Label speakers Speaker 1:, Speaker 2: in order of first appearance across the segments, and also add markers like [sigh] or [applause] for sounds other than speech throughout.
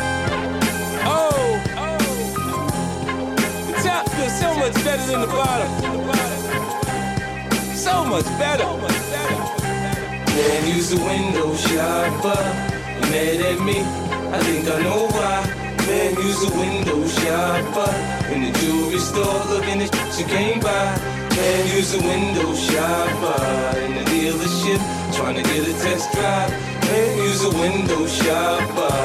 Speaker 1: Oh, much better than the bottom. So much better. Man, use the window shopper. You mad at me? I think I know why. Man, use the window shopper. In the jewelry store, looking at shit you can't buy. Man, use the window shopper. In the dealership, trying to get a test drive. Man, use the window shopper.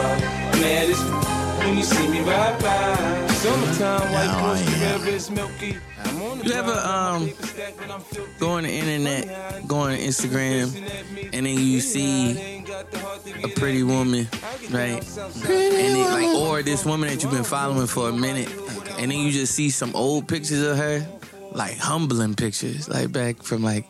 Speaker 1: Mad as f- when you see me ride by. Summertime, white
Speaker 2: Now
Speaker 1: girls,
Speaker 2: I am.
Speaker 1: forever is milky. I'm on the
Speaker 3: You ever,
Speaker 1: grind,
Speaker 3: um,
Speaker 1: my paper stack when I'm filthy.
Speaker 3: Go on the internet, go on Instagram, and then you see a pretty woman, right? And it, like, or this woman that you've been following for a minute, and then you just see some old pictures of her, like humbling pictures, like back from like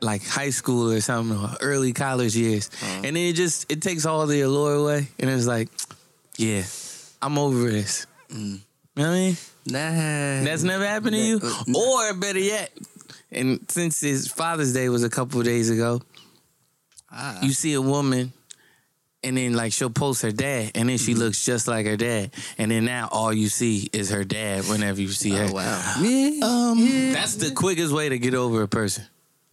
Speaker 3: like high school or something, or early college years,
Speaker 2: Uh-huh.
Speaker 3: and then it just it takes all the allure away, and it's like, yeah, I'm over this. You know what I mean?
Speaker 2: Mm. Nah.
Speaker 3: That's never happened to you? Or better yet, and since his Father's Day was a couple of days ago,
Speaker 2: Ah.
Speaker 3: you see a woman and then like she'll post her dad and then she looks just like her dad. And then now all you see is her dad whenever you see her.
Speaker 2: Oh, wow. Yeah.
Speaker 3: Um that's the quickest way to get over a person.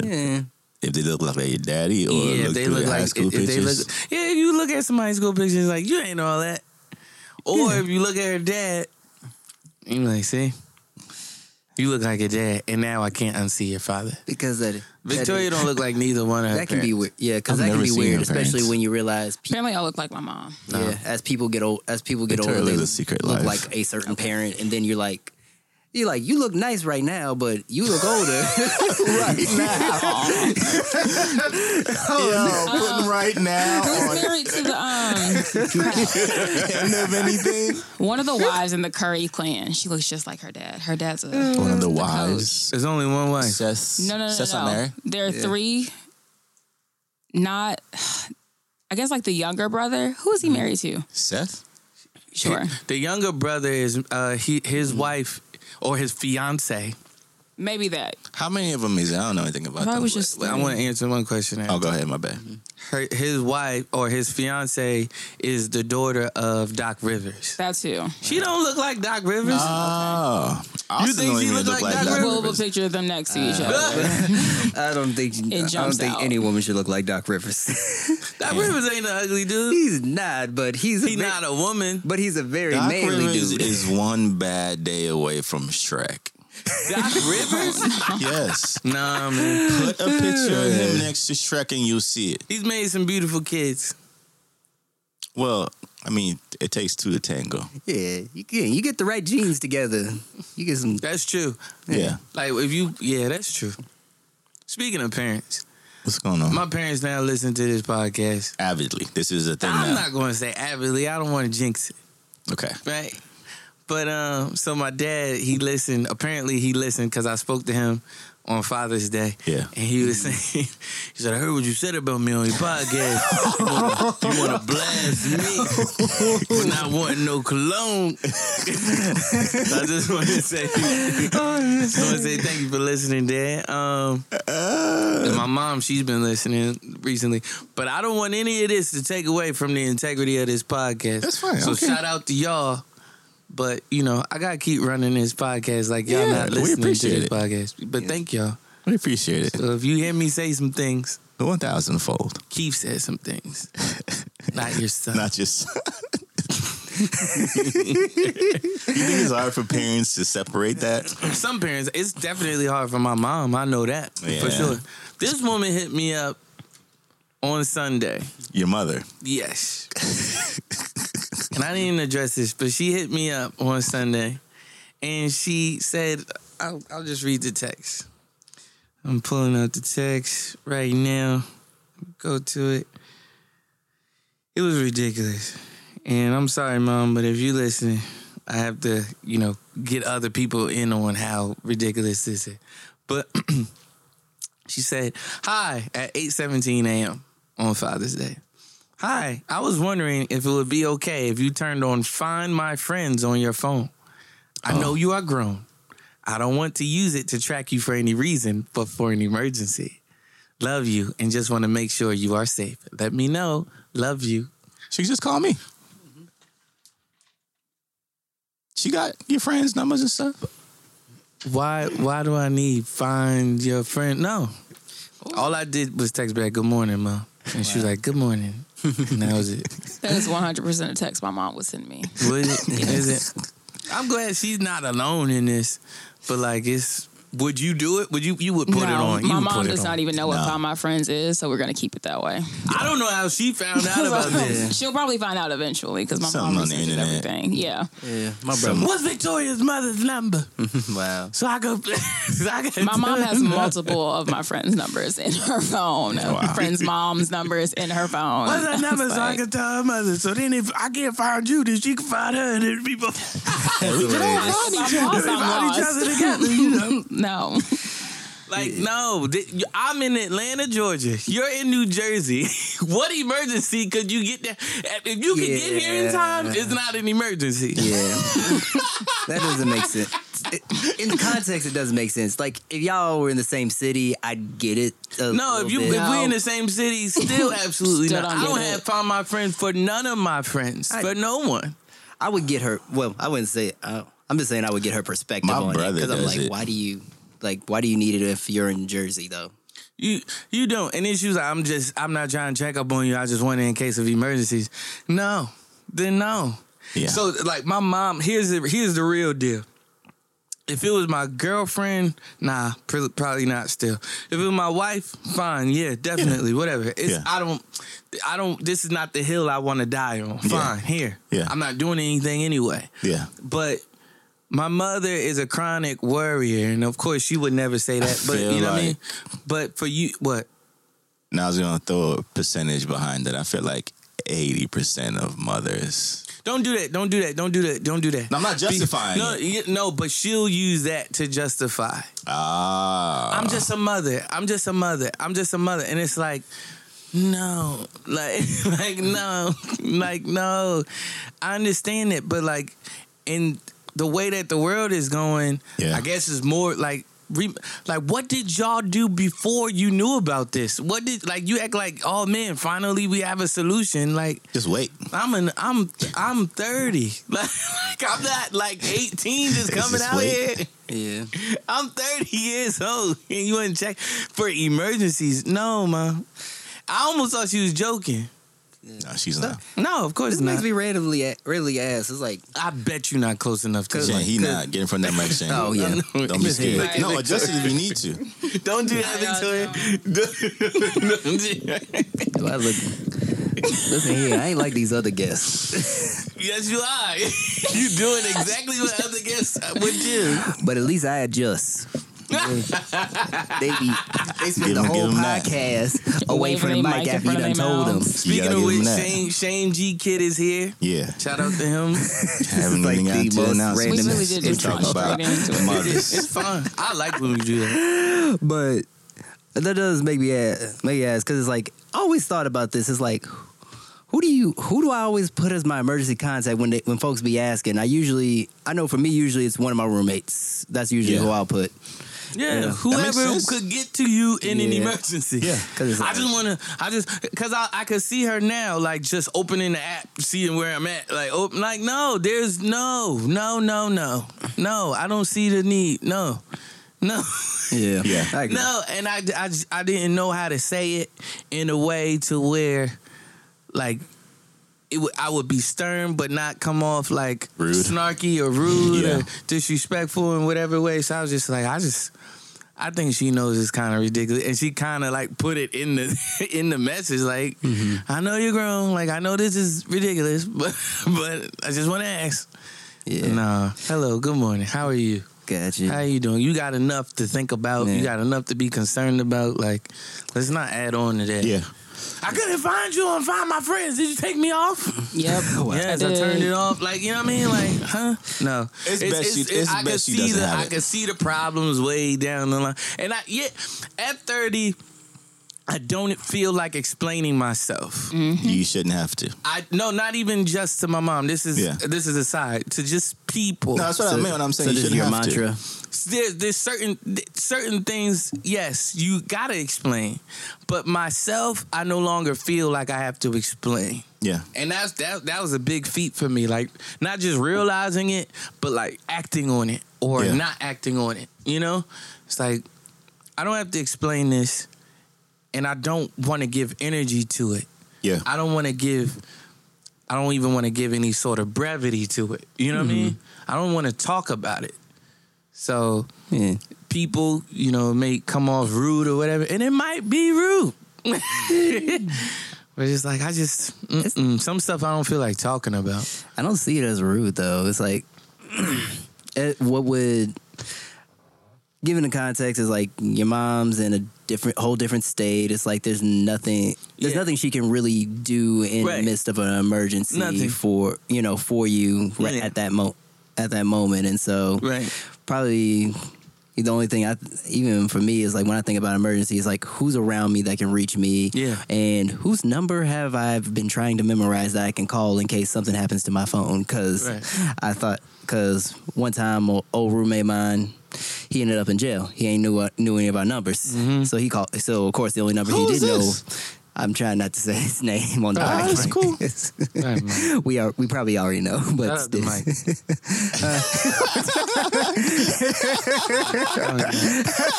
Speaker 2: yeah.
Speaker 4: If they look like their daddy or
Speaker 3: yeah,
Speaker 4: look
Speaker 3: if they
Speaker 4: through
Speaker 3: look
Speaker 4: their high
Speaker 3: like
Speaker 4: school
Speaker 3: if
Speaker 4: pictures.
Speaker 3: they look Yeah, if you look at some high school pictures like you ain't all that. Or if you look at her dad, you like, see? You look like your dad, and now I can't unsee your father.
Speaker 2: Because that
Speaker 3: Victoria
Speaker 2: that,
Speaker 3: don't look like neither one [laughs] of her.
Speaker 2: that can be
Speaker 3: parents.
Speaker 2: weird. Yeah, because
Speaker 4: I've
Speaker 2: that can
Speaker 4: never
Speaker 2: be
Speaker 4: seen
Speaker 2: weird,
Speaker 4: her
Speaker 2: especially
Speaker 4: parents.
Speaker 2: when you realize people.
Speaker 5: Apparently, I look like my mom.
Speaker 2: Yeah, as people get old, as people get
Speaker 4: Victoria
Speaker 2: older, they
Speaker 4: lives a secret
Speaker 2: look
Speaker 4: life.
Speaker 2: like a certain parent, and then you're like, you're like, you look nice right now, but you look
Speaker 4: [laughs]
Speaker 2: older right [laughs] now.
Speaker 4: Yo, putting right now on
Speaker 5: Who's married to the
Speaker 3: [laughs]
Speaker 5: um
Speaker 4: end of anything.
Speaker 5: one of the wives in the Curry clan? She looks just like her dad. Her dad's a
Speaker 4: One of the
Speaker 5: coach.
Speaker 4: wives.
Speaker 3: There's only one wife.
Speaker 4: Sess,
Speaker 5: No, no, no,
Speaker 4: Sess
Speaker 5: no.
Speaker 4: on there.
Speaker 5: There are three. Not, I guess, like the younger brother. Who
Speaker 3: Mm-hmm.
Speaker 5: is he married to?
Speaker 4: Seth?
Speaker 5: Sure,
Speaker 3: The younger brother is uh, he, his wife or his fiance.
Speaker 5: maybe that.
Speaker 4: How many of them is I don't know anything about
Speaker 5: If I
Speaker 4: them,
Speaker 5: was
Speaker 4: but-
Speaker 5: just-
Speaker 3: I want to answer one question.
Speaker 4: Oh, go ahead, my bad.
Speaker 3: Her, his wife or his fiance is the daughter of Doc Rivers.
Speaker 5: That too.
Speaker 3: She don't look like Doc Rivers.
Speaker 4: Oh. Austin
Speaker 3: think
Speaker 4: don't
Speaker 3: she
Speaker 4: even
Speaker 3: look like Doc
Speaker 5: I
Speaker 3: Rivers?
Speaker 5: will have a picture of them next to
Speaker 3: Uh,
Speaker 5: each
Speaker 3: [laughs]
Speaker 5: other.
Speaker 2: I don't think I don't
Speaker 5: jumps
Speaker 2: think
Speaker 5: out.
Speaker 2: any woman should look like Doc Rivers. [laughs]
Speaker 3: Doc Rivers ain't an ugly dude.
Speaker 2: he's not, but he's a
Speaker 3: He
Speaker 2: ve-
Speaker 3: not a [laughs] woman.
Speaker 2: but he's a very
Speaker 4: Doc
Speaker 2: manly
Speaker 4: Rivers
Speaker 2: dude.
Speaker 4: is one bad day away from Shrek.
Speaker 3: Doc Rivers?
Speaker 4: [laughs] yes.
Speaker 3: nah, man.
Speaker 4: Put a picture of him next to Shrek and you'll see it.
Speaker 3: He's made some beautiful kids.
Speaker 4: Well, I mean, it takes two to tango.
Speaker 2: [laughs] yeah, you get you get the right genes together. You get some.
Speaker 3: That's true.
Speaker 4: Yeah.
Speaker 3: Like if you, yeah, that's true. Speaking of parents,
Speaker 4: What's going on?
Speaker 3: my parents now listen to this podcast.
Speaker 4: Avidly. This is a thing
Speaker 3: I'm
Speaker 4: now.
Speaker 3: not going to say avidly. I don't want to jinx it,
Speaker 4: okay.
Speaker 3: right? But um, so my dad, he listened. Apparently, he listened because I spoke to him on Father's Day. [laughs]
Speaker 4: Yeah.
Speaker 3: and he was saying, [laughs] he said, "I heard what you said about me on your podcast. you want to blast me for not wanting no cologne." [laughs] I just want to say, [laughs] I want to say thank you for listening, Dad. Um, and my mom, she's been listening recently, but I don't want any of this to take away from the integrity of this podcast.
Speaker 4: That's fine,
Speaker 3: So
Speaker 4: okay.
Speaker 3: shout out to y'all. But you know, I gotta keep running this podcast like y'all
Speaker 4: Yeah,
Speaker 3: not
Speaker 4: we
Speaker 3: listening to
Speaker 4: appreciate
Speaker 3: this
Speaker 4: it.
Speaker 3: podcast. But thank y'all.
Speaker 4: We appreciate it.
Speaker 3: So if you hear me say some things,
Speaker 4: The 1,000 fold. [laughs]
Speaker 3: Keith said some things. Not your son.
Speaker 4: Not just. you think it's hard for parents to separate that?
Speaker 3: some parents, it's definitely hard for my mom. I know that
Speaker 4: Yeah.
Speaker 3: for sure. This woman hit me up on Sunday.
Speaker 4: Your mother.
Speaker 3: Yes. [laughs] and I didn't address this, but she hit me up on Sunday and she said, I'll, I'll just read the text. I'm pulling out the text right now. Go to it. It was ridiculous. And I'm sorry, mom, but if you listen, I have to, you know, get other people in on how ridiculous this is. But [clears throat] she said, Hi, at 8:17 a.m. on Father's Day. Hi, I was wondering if it would be okay if you turned on Find My Friends on your phone. I know you are grown. I don't want to use it to track you for any reason, but for an emergency. Love you and just want to make sure you are safe. Let me know. Love you.
Speaker 4: She just called me. She got your friends' numbers and stuff.
Speaker 3: why why do I need find your friend? No. All I did was text back, good morning, mom. And she was like, good morning. And that was it.
Speaker 5: That is 100% a text my mom would send me.
Speaker 3: Would it? Is it? [laughs] I'm glad she's not alone in this, but like it's. Would you do it? Would you? You would put it
Speaker 5: No,
Speaker 3: on. You
Speaker 5: My
Speaker 3: would
Speaker 5: mom
Speaker 3: put it
Speaker 5: does
Speaker 3: on.
Speaker 5: not even know what
Speaker 4: No.
Speaker 5: Find My Friends is, so we're going to keep it that way.
Speaker 3: I don't know how she found out
Speaker 5: [laughs]
Speaker 3: about this.
Speaker 5: She'll probably find out eventually because my
Speaker 4: Something
Speaker 5: mom
Speaker 4: on the
Speaker 5: researches
Speaker 4: internet.
Speaker 5: everything. Yeah.
Speaker 2: Yeah, my
Speaker 4: Some-
Speaker 2: brother.
Speaker 3: What's Victoria's mother's number?
Speaker 2: Wow.
Speaker 3: So I go. [laughs] so I go
Speaker 5: My
Speaker 4: [laughs]
Speaker 5: mom has multiple of my friends' numbers in her phone. Friends' mom's numbers in her phone.
Speaker 3: What's
Speaker 5: [laughs]
Speaker 3: her number? so I
Speaker 5: like-
Speaker 3: can tell her mother. So then if I can't find you, then she can find her, and then people
Speaker 5: [laughs] If I'm lost,
Speaker 3: we
Speaker 5: I'm
Speaker 3: find each
Speaker 5: lost.
Speaker 3: other together. You know,
Speaker 5: No.
Speaker 3: [laughs] like no, th- I'm in Atlanta, Georgia. You're in New Jersey. [laughs] what emergency could you get there? If you could get here in time,
Speaker 2: Yeah.
Speaker 3: it's not an emergency.
Speaker 2: Yeah, that doesn't make sense. It- in the context, it doesn't make sense. Like if y'all were in the same city, I'd get it.
Speaker 3: No,
Speaker 2: a little
Speaker 3: if you
Speaker 2: bit.
Speaker 3: if we in the same city, still absolutely
Speaker 5: Still
Speaker 3: not.
Speaker 5: don't
Speaker 3: I
Speaker 5: get
Speaker 3: don't
Speaker 5: it.
Speaker 3: have find my friends for none of my friends
Speaker 2: I-
Speaker 3: for no one.
Speaker 2: I would get her. Well, I wouldn't say. I I'm just saying I would get her perspective
Speaker 4: My
Speaker 2: on
Speaker 4: brother
Speaker 2: because I'm
Speaker 4: does
Speaker 2: like,
Speaker 4: it.
Speaker 2: why do you like why do you need it if you're in Jersey though?
Speaker 3: You you don't. And then she was like, I'm just I'm not trying to check up on you. I just went in case of emergencies. No, then no.
Speaker 4: Yeah.
Speaker 3: So like my mom, here's the here's the real deal. If it was my girlfriend, nah, pr- probably not. Still, if it was my wife, fine, yeah, definitely, whatever. It's
Speaker 4: Yeah.
Speaker 3: I don't, I don't. This is not the hill I want to die on. Fine, here,
Speaker 4: Yeah.
Speaker 3: I'm not doing anything anyway.
Speaker 4: yeah.
Speaker 3: But my mother is a chronic worrier, and of course she would never say that. But
Speaker 4: feel
Speaker 3: you know what I mean.
Speaker 4: like-
Speaker 3: But for you, what?
Speaker 4: Now I was gonna throw a percentage behind it. I feel like eighty percent of mothers.
Speaker 3: Don't do that. Don't do that. Don't do that. Don't do that.
Speaker 4: No, I'm not justifying
Speaker 3: No,
Speaker 4: it.
Speaker 3: you- no, but she'll use that to justify.
Speaker 4: Ah,
Speaker 3: I'm just a mother. I'm just a mother. I'm just a mother, and it's like, no, [laughs] like, like no, [laughs] like no. I understand it, but like, in the way that the world is going,
Speaker 4: Yeah.
Speaker 3: I guess it's more like. Re- like what did y'all do before you knew about this? What did like you act like? Oh man, finally we have a solution. Like
Speaker 4: just wait.
Speaker 3: I'm an I'm I'm 30. [laughs] Like, I'm not like 18 just
Speaker 4: This
Speaker 3: coming
Speaker 4: is
Speaker 3: out
Speaker 4: late.
Speaker 3: here. [laughs]
Speaker 2: Yeah,
Speaker 3: I'm 30 years old [laughs] and you wouldn't check for emergencies. No, mom. I almost thought she was joking.
Speaker 4: No, she's not.
Speaker 3: No, of course
Speaker 2: this
Speaker 3: not.
Speaker 2: makes me randomly a- really ask. It's like
Speaker 3: I bet you're not close enough to
Speaker 4: Shane,
Speaker 3: like,
Speaker 4: he not getting from that mic. [laughs] Shane.
Speaker 2: oh yeah,
Speaker 4: Don't be scared.
Speaker 5: Right.
Speaker 4: No, adjust it if you need
Speaker 3: [laughs]
Speaker 4: to.
Speaker 3: Don't do that, Victoria.
Speaker 2: [laughs] Do I look. Listen here, I ain't like these other guests,
Speaker 3: yes, you are. [laughs] you doing exactly what other guests would do.
Speaker 2: but at least I adjust. they be, they spend
Speaker 4: Give
Speaker 2: the
Speaker 4: 'em-
Speaker 2: whole
Speaker 4: give 'em that.
Speaker 2: podcast away from the
Speaker 5: Waving
Speaker 2: mic
Speaker 5: their
Speaker 2: after
Speaker 5: mic in
Speaker 2: you
Speaker 5: front
Speaker 2: done
Speaker 5: of their
Speaker 2: told them.
Speaker 5: mouths.
Speaker 3: Speaking
Speaker 4: gotta
Speaker 3: of
Speaker 4: give him
Speaker 3: which,
Speaker 4: that.
Speaker 3: Shane, Shane G Kid is here.
Speaker 4: [laughs] Yeah.
Speaker 3: Shout out to him.
Speaker 4: Haven't
Speaker 2: like
Speaker 4: even
Speaker 2: the
Speaker 4: gotten to
Speaker 2: most
Speaker 4: announcements.
Speaker 5: We really did
Speaker 4: We
Speaker 5: just
Speaker 4: talk
Speaker 5: jump
Speaker 4: about
Speaker 5: straight into it.
Speaker 4: mothers.
Speaker 3: It's fun. I like when we do that.
Speaker 2: But that does make me ask, make me ask, because it's like I always thought about this. It's like, who do you, who do I always put as my emergency contact when they, when folks be asking? I usually, I know for me, usually it's one of my roommates. That's usually
Speaker 4: Yeah.
Speaker 2: who I'll put.
Speaker 3: Yeah,
Speaker 4: makes
Speaker 3: whoever
Speaker 4: sense.
Speaker 3: could get to you in an
Speaker 2: Yeah.
Speaker 3: emergency.
Speaker 4: Yeah.
Speaker 2: 'Cause it's
Speaker 3: I
Speaker 2: like-
Speaker 3: just want to. I just because I I could see her now, like just opening the app, seeing where I'm at. Like, oh, like no, there's no, no, no, no, no. I don't see the need. No, no.
Speaker 2: Yeah,
Speaker 4: Yeah.
Speaker 2: I agree.
Speaker 3: No, and I, I, just- I didn't know how to say it in a way to where, like, it would I would be stern but not come off like
Speaker 4: Rude.
Speaker 3: snarky or rude
Speaker 4: Yeah.
Speaker 3: or disrespectful in whatever way. So I was just like, I just. I think she knows it's kind of ridiculous, and she kind of like put it in the [laughs] in the message. Like,
Speaker 4: Mm-hmm.
Speaker 3: I know you're grown. Like, I know this is ridiculous, [laughs] but but I just want to ask.
Speaker 2: yeah,
Speaker 3: Nah. Hello. Good morning. How are you?
Speaker 2: gotcha.
Speaker 3: How you doing? You got enough to think about. You
Speaker 2: Yeah.
Speaker 3: got enough to be concerned about. Like, let's not add on to that.
Speaker 4: [laughs] Yeah.
Speaker 3: I couldn't find you and find my friends. Did you take me off?
Speaker 4: [laughs]
Speaker 5: Yep.
Speaker 3: yes,
Speaker 5: I
Speaker 3: I,
Speaker 5: did.
Speaker 3: turned it off. Like, you know what I mean? Like, huh? No.
Speaker 4: It's best you- it's
Speaker 3: I
Speaker 4: best
Speaker 3: can
Speaker 4: you
Speaker 3: see
Speaker 4: doesn't
Speaker 3: the
Speaker 4: have
Speaker 3: I
Speaker 4: it.
Speaker 3: can see the problems way down the line. And I yet at 30, I don't feel like explaining myself.
Speaker 4: You shouldn't have to.
Speaker 3: I no, not even just to my mom. This is
Speaker 4: Yeah.
Speaker 3: this is aside to just people.
Speaker 4: No, that's what I meant when I'm saying
Speaker 2: so
Speaker 4: you
Speaker 2: this is
Speaker 4: shouldn't
Speaker 2: your
Speaker 4: have to.
Speaker 2: mantra.
Speaker 3: there's there's certain th- certain things. Yes, you gotta explain, but myself, I no longer feel like I have to explain.
Speaker 4: Yeah.
Speaker 3: And that's that that was a big feat for me. Like not just realizing it, but like acting on it or
Speaker 4: Yeah.
Speaker 3: not acting on it. You know? It's like I don't have to explain this and I don't want to give energy to it.
Speaker 4: Yeah.
Speaker 3: I don't want to give I don't even want to give any sort of brevity to it. You know what I mean? I don't want to talk about it. So
Speaker 2: Yeah.
Speaker 3: people, you know, may come off rude or whatever, and it might be [laughs] rude. but it's like I just mm-mm, some stuff I don't feel like talking about.
Speaker 2: I don't see it as rude though. It's like [clears throat] it, what would given the context is like your mom's in a different whole different state. It's like there's nothing there's
Speaker 3: Yeah.
Speaker 2: nothing she can really do in
Speaker 3: Right.
Speaker 2: the midst of an emergency
Speaker 3: Nothing.
Speaker 2: for you know for you right
Speaker 3: Yeah.
Speaker 2: at that mo at that moment. And so
Speaker 3: Right.
Speaker 2: probably the only thing I even for me is like when I think about emergency is like who's around me that can reach me
Speaker 3: Yeah.
Speaker 2: and whose number have I been trying to memorize that I can call in case something happens to my phone because
Speaker 3: Right.
Speaker 2: I thought because one time o- old roommate of mine he ended up in jail he ain't knew what knew any of our numbers so he called so of course the only number
Speaker 3: Mm-hmm. Who
Speaker 2: he
Speaker 3: is
Speaker 2: did know
Speaker 3: this?
Speaker 2: I'm trying not to say his [laughs] name on the
Speaker 3: Ah,
Speaker 2: podcast.
Speaker 3: that's cool. Right, man.
Speaker 2: [laughs] we are we probably already know
Speaker 3: Shout
Speaker 2: but
Speaker 3: out to
Speaker 2: still.
Speaker 3: Mike.
Speaker 4: [laughs]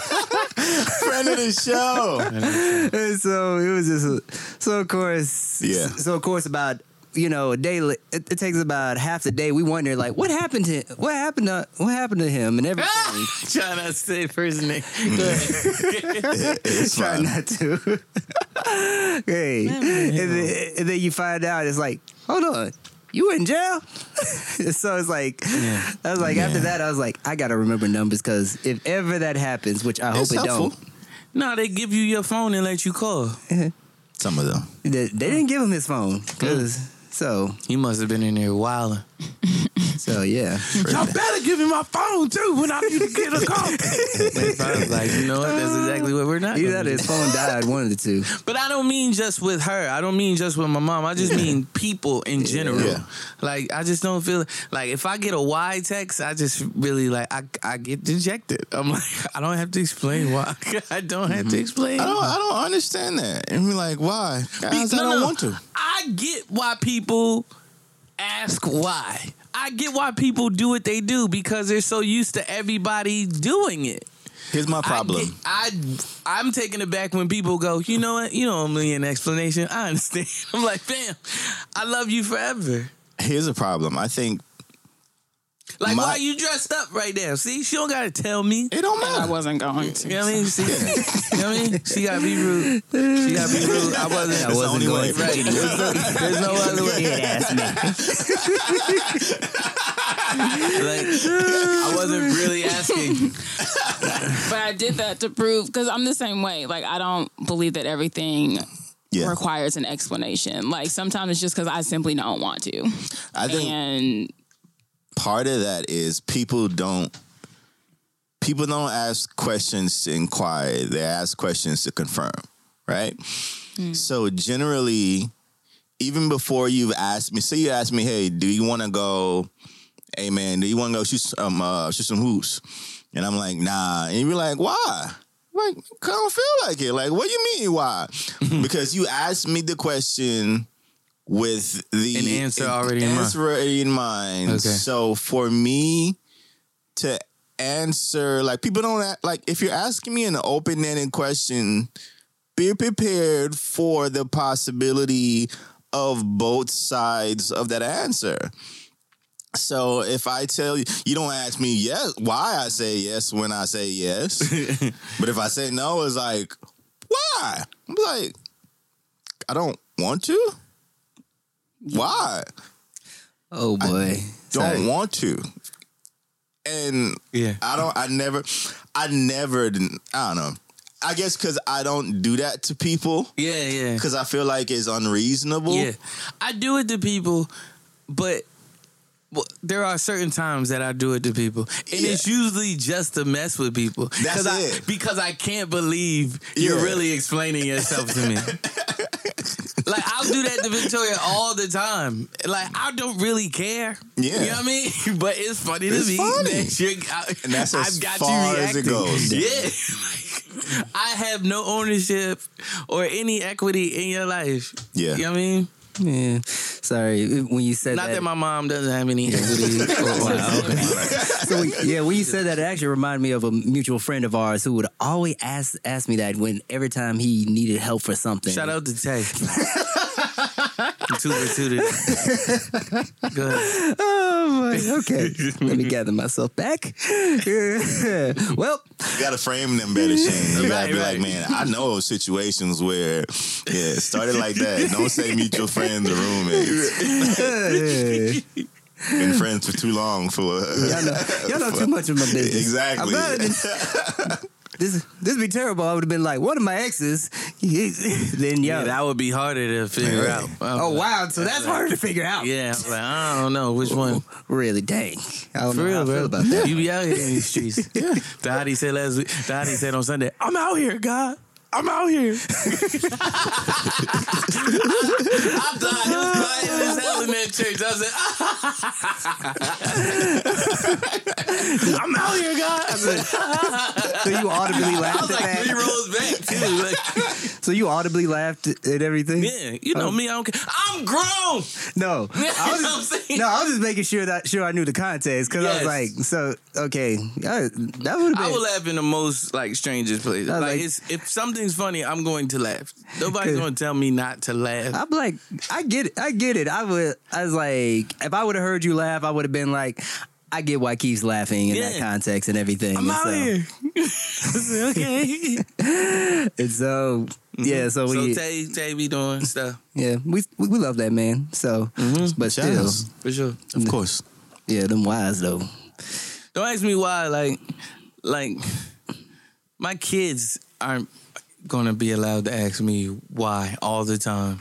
Speaker 4: Friend of the [laughs] show.
Speaker 2: And so it was just so of course
Speaker 4: Yeah.
Speaker 2: so of course about you know a day li- it, it takes about half the day we wonder like what happened to what happened to what happened to him and everything
Speaker 4: [laughs]
Speaker 3: Trying not to say first
Speaker 2: [laughs]
Speaker 3: name.
Speaker 4: It's
Speaker 2: try
Speaker 4: fine.
Speaker 2: not to [laughs] hey and then, and then you find out it's like hold on you in jail [laughs] so it's like I was like after
Speaker 4: Yeah.
Speaker 2: that I was like I gotta remember numbers because if ever that happens which I
Speaker 4: It's
Speaker 2: hope it
Speaker 4: helpful.
Speaker 3: no, they give you your phone and let you call.
Speaker 4: Some of them.
Speaker 2: don't they, they didn't give him his phone 'cause-
Speaker 4: Mm.
Speaker 2: so
Speaker 3: He must have been in there wilding.
Speaker 2: so yeah
Speaker 3: [laughs] Y'all better give me my phone too when I need to get a call. I was like, you know what? That's exactly what we're not.
Speaker 2: Either
Speaker 3: gonna
Speaker 2: that
Speaker 3: do.
Speaker 2: or his phone died, one of the [laughs] two.
Speaker 3: But I don't mean just with her. I don't mean just with my mom. I just mean people in general.
Speaker 4: Yeah.
Speaker 3: Like I just don't feel like if I get a why text, I just really like I I get dejected. I'm like [laughs] I don't have to explain why. [laughs] I don't have to explain.
Speaker 4: Mm-hmm. I don't. I don't understand that. And we're like, why? Guys, I
Speaker 3: No,
Speaker 4: don't
Speaker 3: no.
Speaker 4: want to.
Speaker 3: I get why people ask why. I get why people do what they do because they're so used to everybody doing it.
Speaker 4: Here's my problem.
Speaker 3: I, get- I am taking it back when people go, you know what? You don't need an explanation. I understand. [laughs] I'm like, fam, I love you forever.
Speaker 4: Here's a problem. I think
Speaker 3: Like,
Speaker 4: My-
Speaker 3: why you dressed up right now? See, she don't gotta tell me.
Speaker 4: it don't
Speaker 5: I
Speaker 4: matter.
Speaker 5: wasn't going to.
Speaker 3: You know what I mean? See, you know what I mean? She gotta be rude. She gotta be rude. I
Speaker 4: [laughs]
Speaker 3: wasn't. I
Speaker 4: the
Speaker 3: wasn't
Speaker 4: only way.
Speaker 3: going right. There's no other way. Like, I wasn't really asking.
Speaker 5: But I did that to prove because I'm the same way. Like I don't believe that everything
Speaker 4: Yeah.
Speaker 5: requires an explanation. Like sometimes it's just because I simply don't want to.
Speaker 4: I think
Speaker 5: And
Speaker 4: part of that is people don't people don't ask questions to inquire they ask questions to confirm right so generally even before you've asked me say you ask me hey do you want to go hey man do you want to go shoot some uh, shoot some hoops and i'm like nah and you're like why like i don't feel like it like what do you
Speaker 3: [laughs]
Speaker 4: mean why because you asked me the question with the
Speaker 3: An answer already in mind.
Speaker 4: answer already in mind.
Speaker 3: Okay.
Speaker 4: So for me to answer, like people don't a- like if you're asking me an open ended question, be prepared for the possibility of both sides of that answer. So if I tell you, you don't ask me yes, why I say yes when I say yes, but if I say no, it's like why? I'm like, I don't want to. Why?
Speaker 2: Oh boy.
Speaker 4: don't
Speaker 2: Sorry.
Speaker 4: want to. And
Speaker 3: Yeah.
Speaker 4: I don't. I never. I never. didn't- I don't know. I guess because I don't do that to people
Speaker 3: Yeah, yeah.
Speaker 4: because I feel like it's unreasonable.
Speaker 3: Yeah, I do it to people, but well, there are certain times that I do it to people, and
Speaker 4: Yeah.
Speaker 3: it's usually just to mess with people.
Speaker 4: That's
Speaker 3: 'Cause I-
Speaker 4: it.
Speaker 3: because I can't believe you're
Speaker 4: Yeah. [laughs]
Speaker 3: really explaining yourself to me. Like I'll do that to Victoria all the time. Like I don't really care.
Speaker 4: Yeah.
Speaker 3: you know what I mean. [laughs] But it's funny to
Speaker 4: It's
Speaker 3: me.
Speaker 4: funny.
Speaker 3: that you're- I,
Speaker 4: And that's as
Speaker 3: I've got
Speaker 4: far
Speaker 3: you
Speaker 4: as it
Speaker 3: reacting.
Speaker 4: goes.
Speaker 3: Yeah, like, [laughs] I have no ownership or any equity in your life.
Speaker 4: Yeah.
Speaker 3: you know what I mean.
Speaker 2: Yeah. Sorry, when you said
Speaker 3: Not that my mom doesn't have any equity. [laughs]
Speaker 2: So we- yeah, when you said that, it actually reminded me of a mutual friend of ours who would always ask ask me that when every time he needed help for something.
Speaker 3: Shout out to Tay. Two for two today. Go ahead.
Speaker 2: Oh
Speaker 3: [laughs]
Speaker 2: my. Okay. Let me gather myself back. [laughs] well,
Speaker 4: You gotta frame them better, Shane. You gotta
Speaker 3: Right,
Speaker 4: be
Speaker 3: right.
Speaker 4: like, man, I know of situations where, yeah, it started
Speaker 3: [laughs]
Speaker 4: like that. Don't say mutual friends or roommates. Been friends for too long for.
Speaker 2: y'all know, y'all know too much of my business.
Speaker 4: [laughs] Exactly.
Speaker 2: I'm glad it- this this would be terrible. I would have been like one of my exes. [laughs] then
Speaker 3: Yeah,
Speaker 2: yeah.
Speaker 3: that would be harder to figure out.
Speaker 2: oh wow. So that's harder to figure out.
Speaker 3: Yeah, I'm like, I don't know which one.
Speaker 2: Really, dang. I don't
Speaker 3: For
Speaker 2: know
Speaker 3: real,
Speaker 2: how I feel
Speaker 3: bro.
Speaker 2: about that.
Speaker 3: You be out here in these streets. [laughs] Daddy said last week. Daddy said on Sunday, "I'm out here, God. I'm out here." [laughs] I thought it was quiet as hell in that church. I was like, "I'm out here, God." I was
Speaker 2: [laughs] So you audibly laughed at
Speaker 3: like
Speaker 2: that.
Speaker 3: three rows back too. Like,
Speaker 2: So you audibly laughed at everything.
Speaker 3: yeah, you know me. I don't care. I'm grown.
Speaker 2: No,
Speaker 3: [laughs] You know
Speaker 2: I was
Speaker 3: what
Speaker 2: just,
Speaker 3: I'm saying?
Speaker 2: no, I was just making sure that sure I knew the context because I was
Speaker 3: Yes.
Speaker 2: like, so okay, I- that would have been.
Speaker 3: I will laugh in the most like strangest place.
Speaker 2: I
Speaker 3: Like,
Speaker 2: was
Speaker 3: it's,
Speaker 2: like-
Speaker 3: if something's funny, I'm going to laugh. Nobody's
Speaker 2: Good.
Speaker 3: going to tell me not to laugh.
Speaker 2: I'm like, I get it. I get it. I would. I was like, if I would have heard you laugh, I would have been like, I get why Keith's laughing in that
Speaker 3: Yeah.
Speaker 2: context and everything.
Speaker 3: I'm
Speaker 2: and,
Speaker 3: out
Speaker 2: so,
Speaker 3: here. [laughs] okay.
Speaker 2: and so, yeah. So
Speaker 3: Mm-hmm. So
Speaker 2: we,
Speaker 3: Tay, Tay be doing stuff
Speaker 2: yeah, we, we we love that man. So,
Speaker 3: Mm-hmm.
Speaker 2: but still,
Speaker 4: Yes,
Speaker 3: for sure.
Speaker 4: [laughs] of course.
Speaker 2: yeah, them wise though.
Speaker 3: Don't ask me why. Like, like my kids aren't gonna be allowed to ask me why all the time.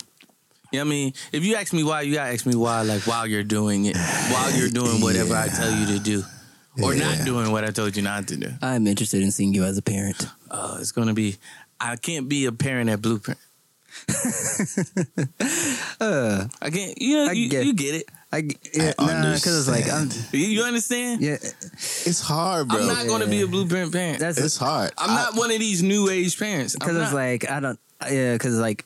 Speaker 3: You know what I mean? If you ask me why, you gotta ask me why, like while you're doing it, while you're doing whatever I tell you to do. Or not doing what I told you not to do.
Speaker 2: I'm interested in seeing you as a parent.
Speaker 3: Uh, it's gonna be I can't be a parent at
Speaker 2: [laughs]
Speaker 3: Blueprint. I can't you know
Speaker 2: Uh, I
Speaker 3: you,
Speaker 2: get-
Speaker 3: you get it.
Speaker 2: I g- yeah,
Speaker 4: I
Speaker 2: nah, because it's like I'm.
Speaker 3: You, you understand?
Speaker 2: Yeah,
Speaker 4: It's hard, bro.
Speaker 3: I'm not going to be a blueprint parent.
Speaker 2: that's
Speaker 4: it's hard.
Speaker 3: I'm not one of these new age parents. I'm
Speaker 2: because it's
Speaker 3: not.
Speaker 2: like I don't. Yeah, because like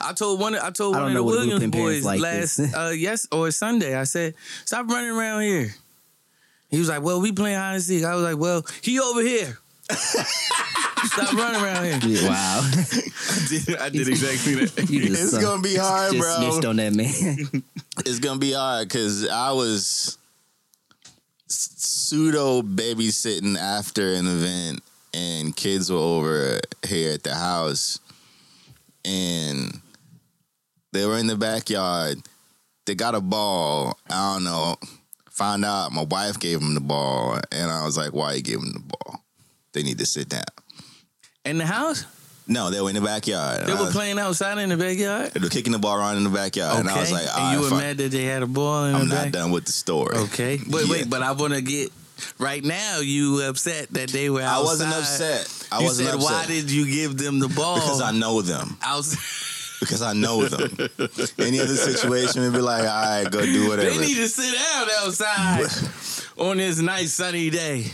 Speaker 3: I told one. I told
Speaker 2: I
Speaker 3: one
Speaker 2: don't
Speaker 3: of
Speaker 2: know
Speaker 3: the
Speaker 2: what a
Speaker 3: Williams
Speaker 2: blueprint parent's
Speaker 3: boys
Speaker 2: like
Speaker 3: last
Speaker 2: [laughs] this.
Speaker 3: uh, yes or Sunday. I said, "Stop running around here." He was like, "Well, we playing hide and seek." I was like, "Well, he over here." Stop running around
Speaker 2: [laughs]
Speaker 3: here.
Speaker 2: wow,
Speaker 3: I did, [laughs] I did exactly that.
Speaker 2: you just,
Speaker 4: It's
Speaker 2: uh,
Speaker 4: gonna be hard,
Speaker 2: just
Speaker 4: bro.
Speaker 2: snitched on that [laughs] man.
Speaker 4: it's gonna be hard because I was pseudo babysitting after an event, and kids were over here at the house, and they were in the backyard. They got a ball. I don't know. Found out my wife gave them the ball, and I was like, "Why you gave them the ball? They need to sit down."
Speaker 3: In the house,
Speaker 4: No, they were in the backyard.
Speaker 3: they
Speaker 4: And I
Speaker 3: were
Speaker 4: was-
Speaker 3: playing outside in the backyard.
Speaker 4: They were kicking the ball around in the
Speaker 3: Okay,
Speaker 4: backyard, Uh, and I was like, "All
Speaker 3: you
Speaker 4: right,
Speaker 3: were
Speaker 4: fine.
Speaker 3: mad that they had a ball in
Speaker 4: I'm
Speaker 3: the
Speaker 4: not
Speaker 3: back.
Speaker 4: done with the story."
Speaker 3: Okay, wait,
Speaker 4: Yeah.
Speaker 3: wait, but I want to get right now. You upset that they were?
Speaker 4: I
Speaker 3: Outside.
Speaker 4: wasn't upset. I
Speaker 3: you
Speaker 4: wasn't
Speaker 3: said,
Speaker 4: upset.
Speaker 3: "Why did you give them the ball?"
Speaker 4: because I know them.
Speaker 3: Outs-
Speaker 4: Because I know them. Any other situation would be like, all right, go do whatever.
Speaker 3: they need to sit down outside on this nice sunny day.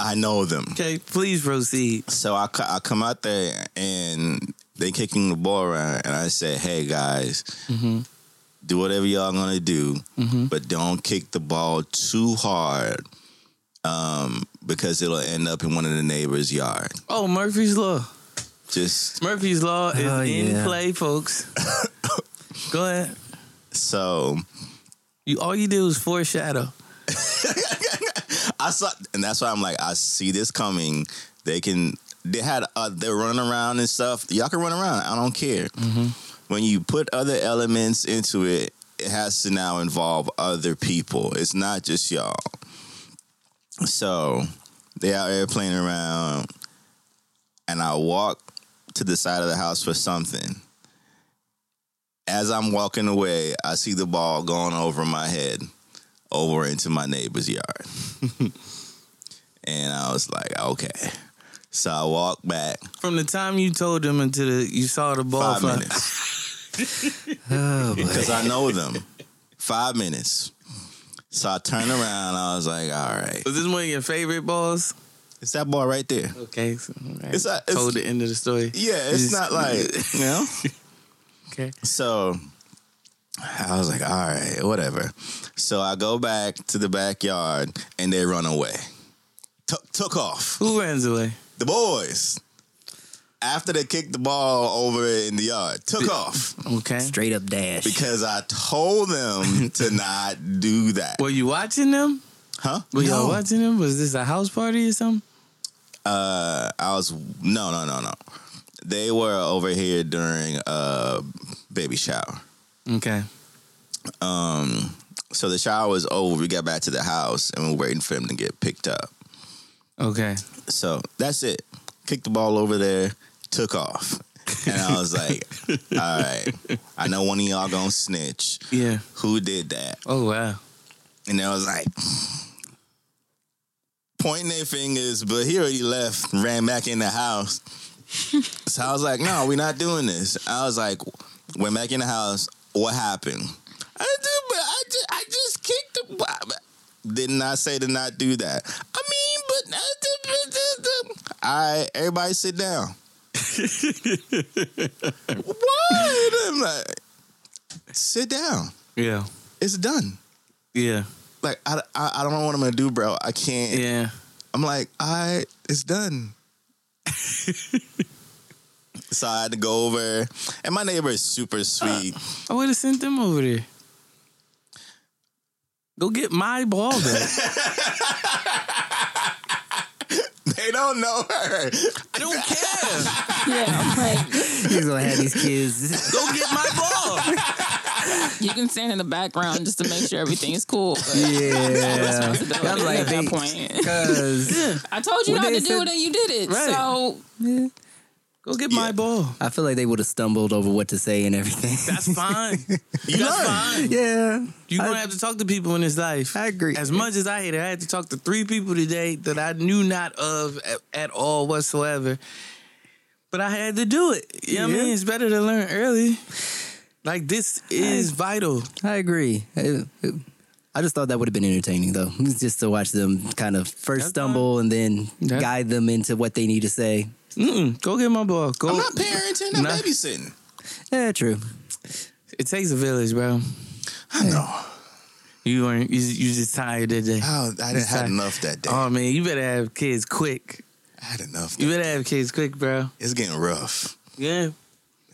Speaker 4: I know them.
Speaker 3: Okay, please proceed.
Speaker 4: So I, co- I come out there and they kicking the ball around, and I said, hey guys,
Speaker 3: Mm-hmm.
Speaker 4: do whatever y'all gonna do, but don't kick the ball too hard. Um, because it'll end up in one of the neighbor's yard.
Speaker 3: Oh, Murphy's Law.
Speaker 4: Just
Speaker 3: Murphy's Law is
Speaker 2: Oh,
Speaker 3: in
Speaker 2: yeah.
Speaker 3: play, folks. Go ahead.
Speaker 4: so
Speaker 3: You all you do is foreshadow.
Speaker 4: I saw, and that's why I'm like, I see this coming. They can, they had, uh, they're running around and stuff. Y'all can run around. I don't care. When you put other elements into it, it has to now involve other people. It's not just y'all. So they out there playing around, and I walk to the side of the house for something. As I'm walking away, I see the ball going over my head, over into my neighbor's yard. And I was like, okay. So I walked back
Speaker 3: From the time you told them until the, you saw the ball
Speaker 4: five
Speaker 3: fly.
Speaker 4: minutes. [laughs] because I know them. Five minutes. So I turned around. I was like, all right.
Speaker 3: Was this one of your favorite balls?
Speaker 4: It's that boy right there.
Speaker 3: Okay. So, all right.
Speaker 4: It's a- it's-
Speaker 3: told the end of the story.
Speaker 4: [laughs] Yeah, it's not like, you know?
Speaker 3: Okay.
Speaker 4: So I was like, all right, whatever. So I go back to the backyard and they run away. Took took off.
Speaker 3: Who runs away?
Speaker 4: The boys. After they kicked the ball over in the yard, took off
Speaker 3: Okay.
Speaker 2: Straight up dash.
Speaker 4: because I told them to not do that.
Speaker 3: Were you watching them?
Speaker 4: Huh?
Speaker 3: Were y'all
Speaker 4: No.
Speaker 3: watching them? Was this a house party or something?
Speaker 4: Uh, I was no, no, no, no. They were over here during uh baby shower. Um,
Speaker 3: Okay.
Speaker 4: So the shower was over. We got back to the house and we were waiting for them to get picked up.
Speaker 3: Okay.
Speaker 4: So that's it. Kicked the ball over there, took off. And I was like, all right, I know one of y'all gonna snitch.
Speaker 3: Yeah.
Speaker 4: Who did that?
Speaker 3: Oh wow.
Speaker 4: And I was like, pointing their fingers, but he already left, ran back in the house. So I was like, no, we're not doing this. I was like, went back in the house. What happened? I did, but I just, I just kicked the. bo- Did not say to not do that. I mean, but I did- but did- did- all right, everybody sit down. what? I'm like, sit down.
Speaker 3: Yeah.
Speaker 4: It's done
Speaker 3: Yeah.
Speaker 4: like I, I, I don't know what I'm gonna do, bro. I can't.
Speaker 3: Yeah.
Speaker 4: I'm like, I it's
Speaker 3: [laughs]
Speaker 4: done. so I had to go over, and my neighbor is
Speaker 3: Uh.
Speaker 4: super sweet. [laughs]
Speaker 3: I would have sent them over there. Go get my ball back.
Speaker 4: they don't know her.
Speaker 3: I don't care.
Speaker 5: Yeah, I'm like,
Speaker 2: He's gonna have these kids.
Speaker 3: Go get my ball.
Speaker 5: you can stand in the background just to make sure everything is cool. But
Speaker 2: [laughs] yeah.
Speaker 5: responsibility
Speaker 2: I'm like,
Speaker 5: at that
Speaker 2: they-
Speaker 4: [laughs]
Speaker 5: point.
Speaker 2: Cause
Speaker 5: I told you
Speaker 2: Well,
Speaker 5: not
Speaker 2: they
Speaker 5: to do
Speaker 2: said-
Speaker 5: it and you did it.
Speaker 3: Right.
Speaker 5: So
Speaker 3: Go get my ball.
Speaker 2: I feel like they would have stumbled over what to say and everything. [laughs]
Speaker 3: That's fine. You That's fine.
Speaker 2: yeah.
Speaker 3: You're gonna
Speaker 2: I-
Speaker 3: have to talk to people in this life.
Speaker 2: I agree.
Speaker 3: As much as I hate it, I had to talk to three people today that I knew not of at, at all whatsoever. But I had to do it. You know what I
Speaker 2: Yeah.
Speaker 3: mean? It's better to learn early. Like this is vital.
Speaker 2: I agree. It- it- I just thought that would have been entertaining though, just to watch them kind of first
Speaker 3: That's
Speaker 2: stumble and then
Speaker 3: That-
Speaker 2: guide them into what they need to say.
Speaker 3: Mm-mm. Go get my ball. Go.
Speaker 4: I'm not parenting. I'm
Speaker 3: Nah.
Speaker 4: babysitting.
Speaker 2: Yeah, true.
Speaker 3: It takes a village, bro.
Speaker 4: I know.
Speaker 3: You weren't. You, you just tired that day.
Speaker 4: Oh, I didn't had
Speaker 3: Sorry.
Speaker 4: enough that day.
Speaker 3: Oh man, you better have kids quick.
Speaker 4: I had enough.
Speaker 3: You better have kids quick, bro.
Speaker 4: It's getting rough.
Speaker 3: Yeah.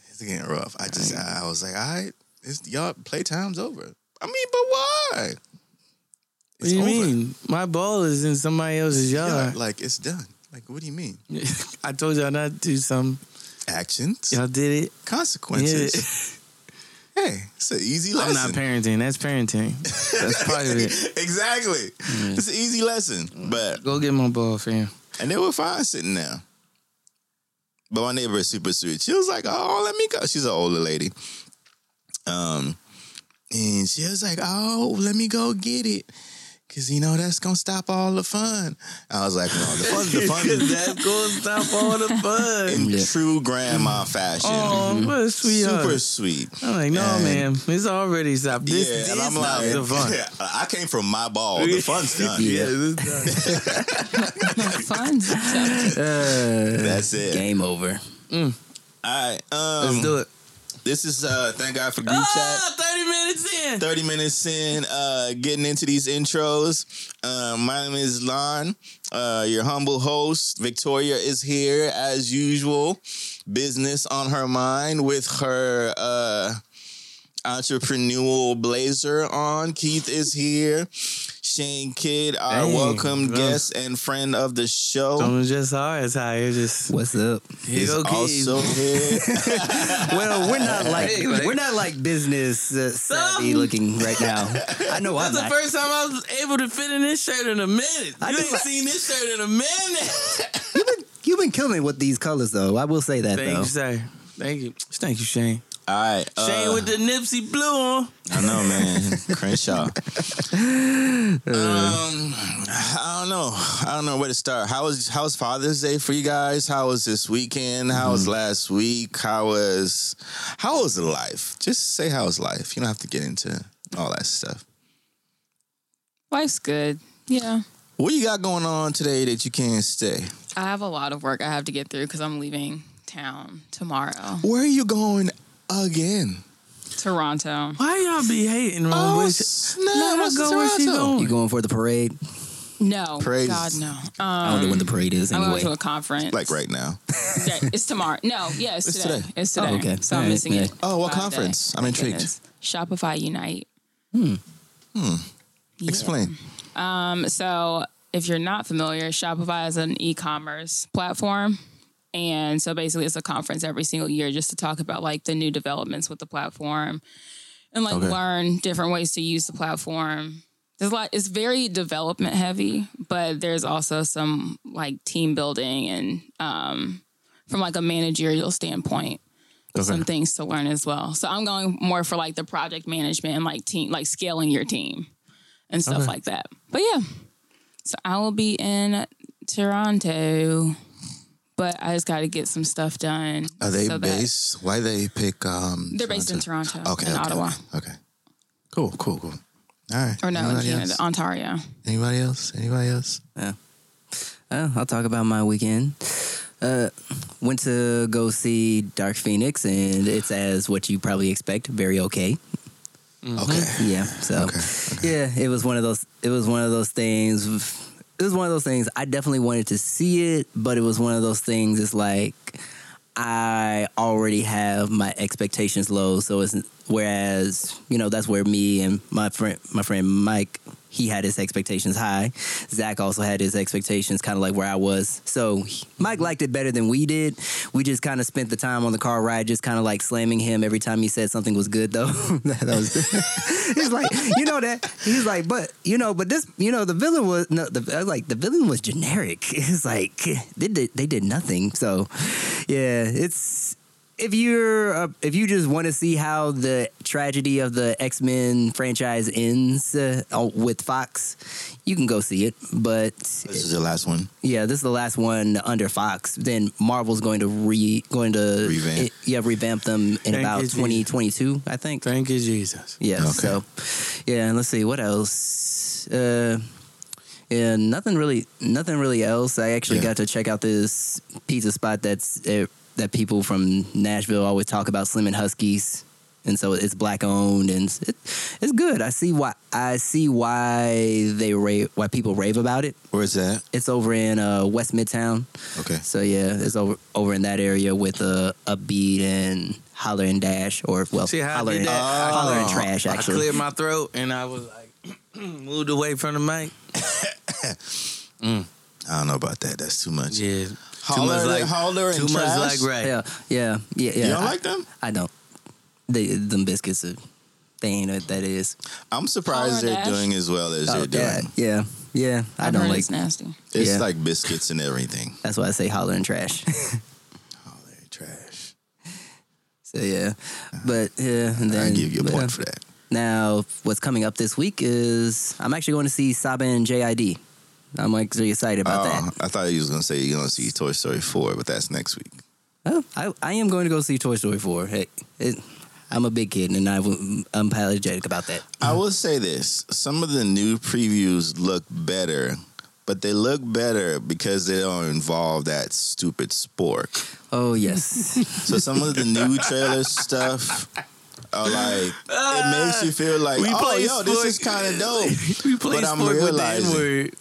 Speaker 4: It's getting rough. I just I, I was like, all right, it's y'all playtime's over. I mean, but why?
Speaker 3: What do you mean? My ball is in somebody else's
Speaker 4: Yeah,
Speaker 3: yard.
Speaker 4: like it's done. Like, what do you mean?
Speaker 3: [laughs] I told y'all not to do something.
Speaker 4: Actions.
Speaker 3: Y'all did it.
Speaker 4: consequences. [laughs] Hey, it's an easy
Speaker 3: I'm
Speaker 4: lesson.
Speaker 3: not
Speaker 4: [laughs]
Speaker 3: parenting. That's parenting. That's part of it.
Speaker 4: exactly. It's an easy lesson. But
Speaker 3: Go get my ball, fam.
Speaker 4: and they were fine sitting there. But my neighbor is super sweet. She was like, "Oh, let me go." She's an older lady. Um, and she was like, "Oh, let me go get it." Cause you know that's gonna stop all the fun. I was like, no, the fun,
Speaker 3: [laughs]
Speaker 4: the fun
Speaker 3: That's gonna stop all [laughs] the fun.
Speaker 4: in true grandma fashion.
Speaker 3: Oh, what a sweetheart.
Speaker 4: super sweet.
Speaker 3: I'm like, no,
Speaker 4: And-
Speaker 3: man. It's already stopped. This
Speaker 4: yeah,
Speaker 3: is
Speaker 4: and I'm
Speaker 3: not
Speaker 4: like,
Speaker 3: the fun.
Speaker 4: [laughs] yeah, I came from my ball. The fun's done.
Speaker 3: [laughs] Yeah, this is done.
Speaker 5: fun.
Speaker 4: [laughs] That's it.
Speaker 2: Game over.
Speaker 4: All right. Um,
Speaker 3: Let's do it.
Speaker 4: This is uh, thank God for group
Speaker 3: Ah, 30 minutes in.
Speaker 4: chat. Thirty minutes in, uh, getting into these intros. Uh, my name is Lon, uh, your humble host. Victoria is here as usual. Business on her mind with her uh, entrepreneurial blazer on. Keith is here. Shane Kidd, our
Speaker 3: Dang,
Speaker 4: welcome
Speaker 3: bro.
Speaker 4: guest and friend of the show.
Speaker 3: Someone just hard. It's high. It's just
Speaker 2: What's up?
Speaker 4: is
Speaker 3: Here go Keys.
Speaker 4: also
Speaker 3: [laughs]
Speaker 4: here.
Speaker 2: Well, we're not like
Speaker 3: Hey, like-
Speaker 2: we're not like business uh, savvy
Speaker 3: Some-
Speaker 2: looking right now. I know I'm
Speaker 3: That's the
Speaker 2: not.
Speaker 3: first time I was able to fit in this shirt in a minute.
Speaker 2: I
Speaker 3: you
Speaker 2: do
Speaker 3: ain't
Speaker 2: like-
Speaker 3: seen this shirt in a minute.
Speaker 2: You've been killing with these colors though. I will say
Speaker 3: [laughs]
Speaker 2: that
Speaker 3: Thank
Speaker 2: though.
Speaker 3: you, sir. Thank you. Thank you, Shane.
Speaker 4: All right. uh,
Speaker 3: Shane with the Nipsey Blue on. [laughs]
Speaker 4: I know, man. Crenshaw. um, I don't know. I don't know where to start. How was How was Father's Day for you guys? How was this weekend? How was
Speaker 3: Mm-hmm.
Speaker 4: last week? How was How was life? Just say how was life. You don't have to get into all that stuff.
Speaker 5: Life's good. Yeah.
Speaker 4: What you got going on today that you can't stay?
Speaker 5: I have a lot of work I have to get through because I'm leaving town tomorrow.
Speaker 4: Where are you going again?
Speaker 5: Toronto.
Speaker 3: Why y'all be hating on Wish?
Speaker 4: snap!
Speaker 3: Let her
Speaker 4: What's
Speaker 3: go where she
Speaker 4: Toronto?
Speaker 3: going.
Speaker 2: You going for the parade?
Speaker 5: No.
Speaker 4: Praise.
Speaker 5: God, no.
Speaker 2: I don't know
Speaker 5: Um,
Speaker 2: when the parade is
Speaker 5: I'm
Speaker 2: anyway.
Speaker 5: going to a conference.
Speaker 4: Like right now.
Speaker 5: Yeah, it's tomorrow. No, yeah, it's,
Speaker 4: It's
Speaker 5: today.
Speaker 4: today.
Speaker 5: It's today.
Speaker 2: Oh, okay.
Speaker 5: So
Speaker 2: All
Speaker 5: I'm
Speaker 2: right,
Speaker 5: missing
Speaker 2: yeah.
Speaker 5: it.
Speaker 4: Oh, what
Speaker 5: by a day.
Speaker 4: conference? I'm
Speaker 5: Thank
Speaker 4: intrigued.
Speaker 5: goodness. Shopify Unite. Hmm.
Speaker 4: Explain.
Speaker 5: Um, So, if you're not familiar, Shopify is an e-commerce platform. And so basically it's a conference every single year just to talk about like the new developments with the platform and like
Speaker 4: Okay.
Speaker 5: learn different ways to use the platform. There's a lot it's very development heavy, but there's also some like team building and um from like a managerial standpoint some things to learn as well. So I'm going more for like the project management and like team, like scaling your team and stuff like that. But yeah, so I will be in Toronto, but I just got to get some stuff done.
Speaker 4: Are they
Speaker 5: so that-
Speaker 4: based? Why they pick? Um,
Speaker 5: They're based in Toronto
Speaker 4: Okay, okay,
Speaker 5: and Ottawa.
Speaker 4: Okay, okay. Cool, cool, cool. All right.
Speaker 5: Or no, in
Speaker 4: Anybody
Speaker 5: Canada,
Speaker 4: else?
Speaker 5: Ontario.
Speaker 4: Anybody else? Anybody else?
Speaker 2: Uh, I'll talk about my weekend. Uh, went to go see Dark Phoenix, and it's as what you probably expect, very okay.
Speaker 4: Okay.
Speaker 2: Yeah. So, yeah, it was one of those. It was one of those things. It was one of those things. I definitely wanted to see it, but it was one of those things. It's like I already have my expectations low, so it's whereas you know that's where me and my friend, my friend Mike, he had his expectations high. Zach also had his expectations kind of like where I was. So he- Mike liked it better than we did. We just kind of spent the time on the car ride, just kind of like slamming him every time he said something was good, though. [laughs] that was. [laughs] he's like, you know that. He's like, but you know, but this, you know, the villain was no, the I was like the villain was generic. [laughs] It's like they did they did nothing. So, yeah, it's if you're uh, if you just want to see how the tragedy of the X Men franchise ends uh, with Fox, you can go see it. But
Speaker 4: This is the last one.
Speaker 2: yeah, this is the last one under Fox. Then Marvel's going to re going to
Speaker 4: Revamp.
Speaker 2: it- yeah revamp them in
Speaker 3: Thank you,
Speaker 2: about
Speaker 3: Jesus.
Speaker 2: twenty twenty two, I think.
Speaker 3: Thank you, Jesus.
Speaker 2: Yeah.
Speaker 4: Okay.
Speaker 2: So, yeah. and Let's see what else. Uh, yeah, nothing really, nothing really else. I actually
Speaker 4: Yeah.
Speaker 2: got to check out this pizza spot that's uh, that people from Nashville always talk about, Slim and Huskies, and so it's black owned and it's- it, it's good. I see why I see why they rave, why people rave about it.
Speaker 4: Where's that?
Speaker 2: It's over in uh, West Midtown,
Speaker 4: Okay.
Speaker 2: so yeah, it's over over in that area with uh, a bead and holler and dash, or well,
Speaker 3: See how I
Speaker 2: holler
Speaker 3: did
Speaker 2: and,
Speaker 3: that? I-
Speaker 2: holler and trash actually.
Speaker 3: I cleared my throat and I was like [clears throat] moved away from the mic.
Speaker 4: I don't know about that. That's too much.
Speaker 3: Yeah.
Speaker 4: Holler- holler and
Speaker 3: too much like
Speaker 4: trash?
Speaker 3: right.
Speaker 2: Yeah, yeah, yeah, yeah.
Speaker 4: You don't
Speaker 2: I,
Speaker 4: like them?
Speaker 2: I don't. They, them biscuits are. They ain't what that is.
Speaker 4: I'm surprised
Speaker 5: Holler
Speaker 4: they're
Speaker 5: Dash.
Speaker 4: doing as well as
Speaker 2: Oh,
Speaker 4: they're doing.
Speaker 2: yeah, yeah, yeah. I
Speaker 5: I've
Speaker 2: don't
Speaker 5: heard
Speaker 2: like.
Speaker 5: it's nasty.
Speaker 4: It's
Speaker 2: Yeah.
Speaker 4: like biscuits and everything.
Speaker 2: That's why I say holler and trash. [laughs]
Speaker 4: Oh, they're trash.
Speaker 2: so yeah, but yeah. And
Speaker 4: Uh, I
Speaker 2: then,
Speaker 4: give you a
Speaker 2: yeah.
Speaker 4: point for that.
Speaker 2: Now, what's coming up this week is I'm actually going to see Saba and JID. I'm like really excited about
Speaker 4: oh,
Speaker 2: that.
Speaker 4: I thought you was gonna say you're gonna see Toy Story four, but that's next week.
Speaker 2: Oh, I, I am going to go see Toy Story 4. Hey, it, I'm a big kid, and I w- I'm apologetic about that.
Speaker 4: I will say this: some of the new previews look better, but they look better because they don't involve that stupid spork.
Speaker 2: Oh
Speaker 4: [laughs]
Speaker 2: yes,
Speaker 4: So some of the
Speaker 3: [laughs]
Speaker 4: new trailer stuff are like it makes you feel like,
Speaker 3: We
Speaker 4: oh,
Speaker 3: play
Speaker 4: yo, this
Speaker 3: spork.
Speaker 4: is kind of dope.
Speaker 3: [laughs] We play
Speaker 4: But I'm
Speaker 3: sport with the
Speaker 4: realizing-
Speaker 3: N-word.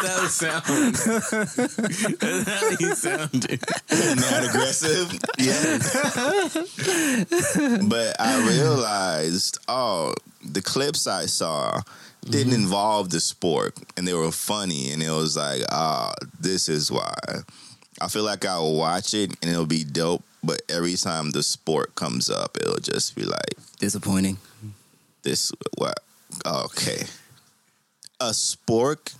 Speaker 3: that was sound. That's how he sounded.
Speaker 4: [laughs] Not aggressive, yeah. but I realized, oh, the clips I saw didn't involve the sport, and they were funny, and it was like, ah, this is why. I feel like I'll watch it and it'll be dope, but every time the sport comes up, it'll just be like,
Speaker 2: disappointing.
Speaker 4: this what okay a [laughs] spork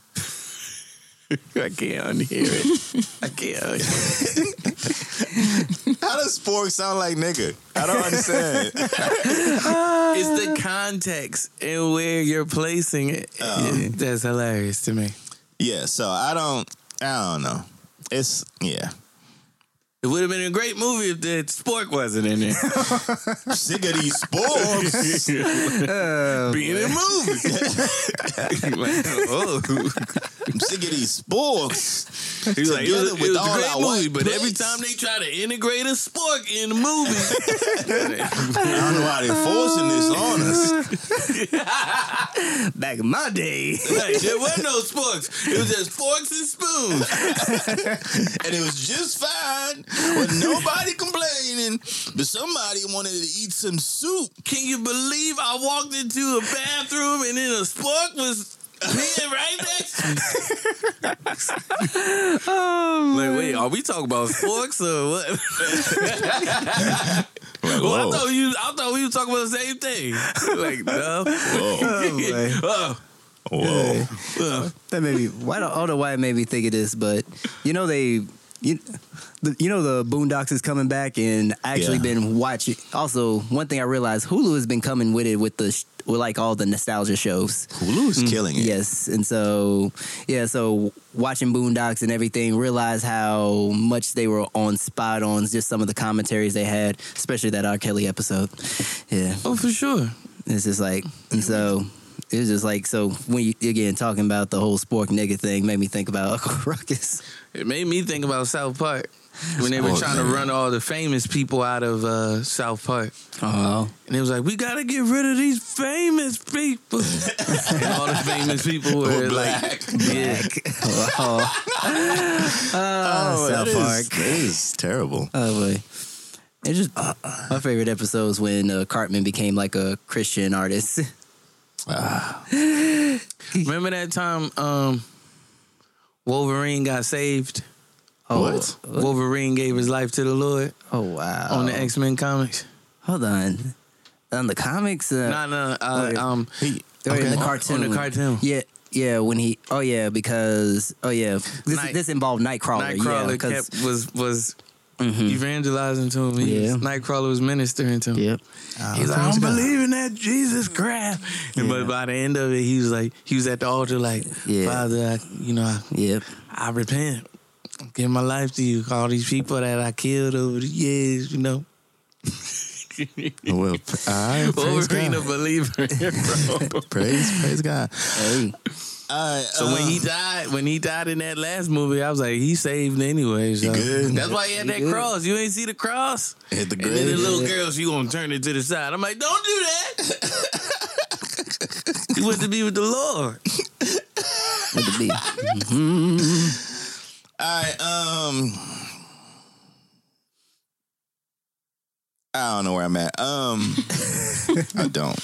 Speaker 3: I can't unhear it. I can't. Unhear
Speaker 4: How does Spork sound like nigga? I don't understand.
Speaker 3: It's [laughs] the context and where you're placing it. That's hilarious to me.
Speaker 4: yeah, so I don't. I don't know. It's yeah.
Speaker 3: It would have been a great movie if the spork wasn't in there.
Speaker 4: Sick of these sports.
Speaker 3: Being in movies. [laughs] like, oh.
Speaker 4: I'm sick of these sports.
Speaker 3: He was like, it was,
Speaker 4: Together
Speaker 3: it
Speaker 4: with
Speaker 3: was
Speaker 4: all
Speaker 3: a great
Speaker 4: our
Speaker 3: movie,
Speaker 4: white
Speaker 3: but every
Speaker 4: plates.
Speaker 3: time they try to integrate a spork in the movie,
Speaker 4: I don't know why they're forcing this on us.
Speaker 2: Back in my day.
Speaker 3: like, there were no sporks. It was just forks and spoons. [laughs]
Speaker 4: And it was just fine with nobody complaining, but somebody wanted to eat some soup.
Speaker 3: Can you believe I walked into a bathroom and then a spork was being right next to me? like, wait, are we talking about sporks or what?
Speaker 4: Like,
Speaker 3: Well, I thought you. I thought we were talking about the same thing. Like no.
Speaker 2: boy.
Speaker 3: Oh,
Speaker 4: whoa.
Speaker 2: That made me. Why do I don't know why it made me think of this, but you know they, you, the, you know the Boondocks is coming back, and I actually
Speaker 4: Yeah.
Speaker 2: been watching. Also, one thing I realized, Hulu has been coming with it with the sh- with like all the nostalgia shows.
Speaker 4: Hulu is killing it.
Speaker 2: Yes, and so yeah, so watching Boondocks and everything, realized how much they were on spot on just some of the commentaries they had, especially that R. Kelly episode. Yeah.
Speaker 3: oh, for sure.
Speaker 2: It's just like, and so it was just like, so when you again talking about the whole spork nigga thing, made me think about [laughs] Uncle Ruckus.
Speaker 3: It made me think about South Park when they were
Speaker 4: Oh,
Speaker 3: trying to
Speaker 4: man.
Speaker 3: run all the famous people out of uh, South Park,
Speaker 2: Oh,
Speaker 3: and it was like we gotta get rid of these famous people. and all the famous people were,
Speaker 4: Or
Speaker 3: like,
Speaker 4: black.
Speaker 3: yeah.
Speaker 2: oh, South
Speaker 4: Oh, that is-
Speaker 2: Park.
Speaker 4: that is terrible.
Speaker 2: [laughs] oh boy. It just my favorite episode is when uh, Cartman became like a Christian artist. [laughs]
Speaker 3: Remember that time um, Wolverine got saved?
Speaker 2: Oh,
Speaker 4: What?
Speaker 3: Wolverine gave his life to the Lord
Speaker 2: Oh wow!
Speaker 3: on the X Men comics.
Speaker 2: Hold on, on the comics. Uh,
Speaker 3: No, no, uh,
Speaker 2: Okay.
Speaker 3: um,
Speaker 2: Or in
Speaker 4: Okay.
Speaker 2: the
Speaker 4: On-
Speaker 2: cartoon.
Speaker 3: on the cartoon.
Speaker 2: Yeah. Yeah, when he, oh yeah, because, oh yeah, this,
Speaker 3: Night-
Speaker 2: this involved Nightcrawler. Oh, yeah,
Speaker 3: Nightcrawler
Speaker 2: 'cause-
Speaker 3: kept was was
Speaker 2: Mhm.
Speaker 3: evangelizing to him. He
Speaker 2: Yeah.
Speaker 3: was, Nightcrawler was ministering to him.
Speaker 2: Yep.
Speaker 3: He's like, I don't believe in that Jesus crap. And
Speaker 2: Yeah.
Speaker 3: but by the end of it, he was like, he was at the altar, like,
Speaker 2: Yeah.
Speaker 3: Father, I, you know, I,
Speaker 2: Yep.
Speaker 3: I repent. I'm giving my life to you. All these people that I killed over the years, you know.
Speaker 4: [laughs] Well, I praise
Speaker 3: Wolverine a
Speaker 4: God.
Speaker 3: believer.
Speaker 4: Praise, praise God.
Speaker 2: Hey.
Speaker 4: All right,
Speaker 3: So when he died, when he died in that last movie, I was like, he saved anyway. So.
Speaker 4: good.
Speaker 3: That's why he had that
Speaker 2: good.
Speaker 3: cross. You ain't see the cross.
Speaker 4: hit the
Speaker 3: And then the
Speaker 4: grave,
Speaker 3: little girl, she gonna turn it to the side. I'm like, don't do
Speaker 2: [laughs]
Speaker 3: that. you want to be with the Lord.
Speaker 2: What to be.
Speaker 4: all right, um, I don't know where I'm at. Um, I don't.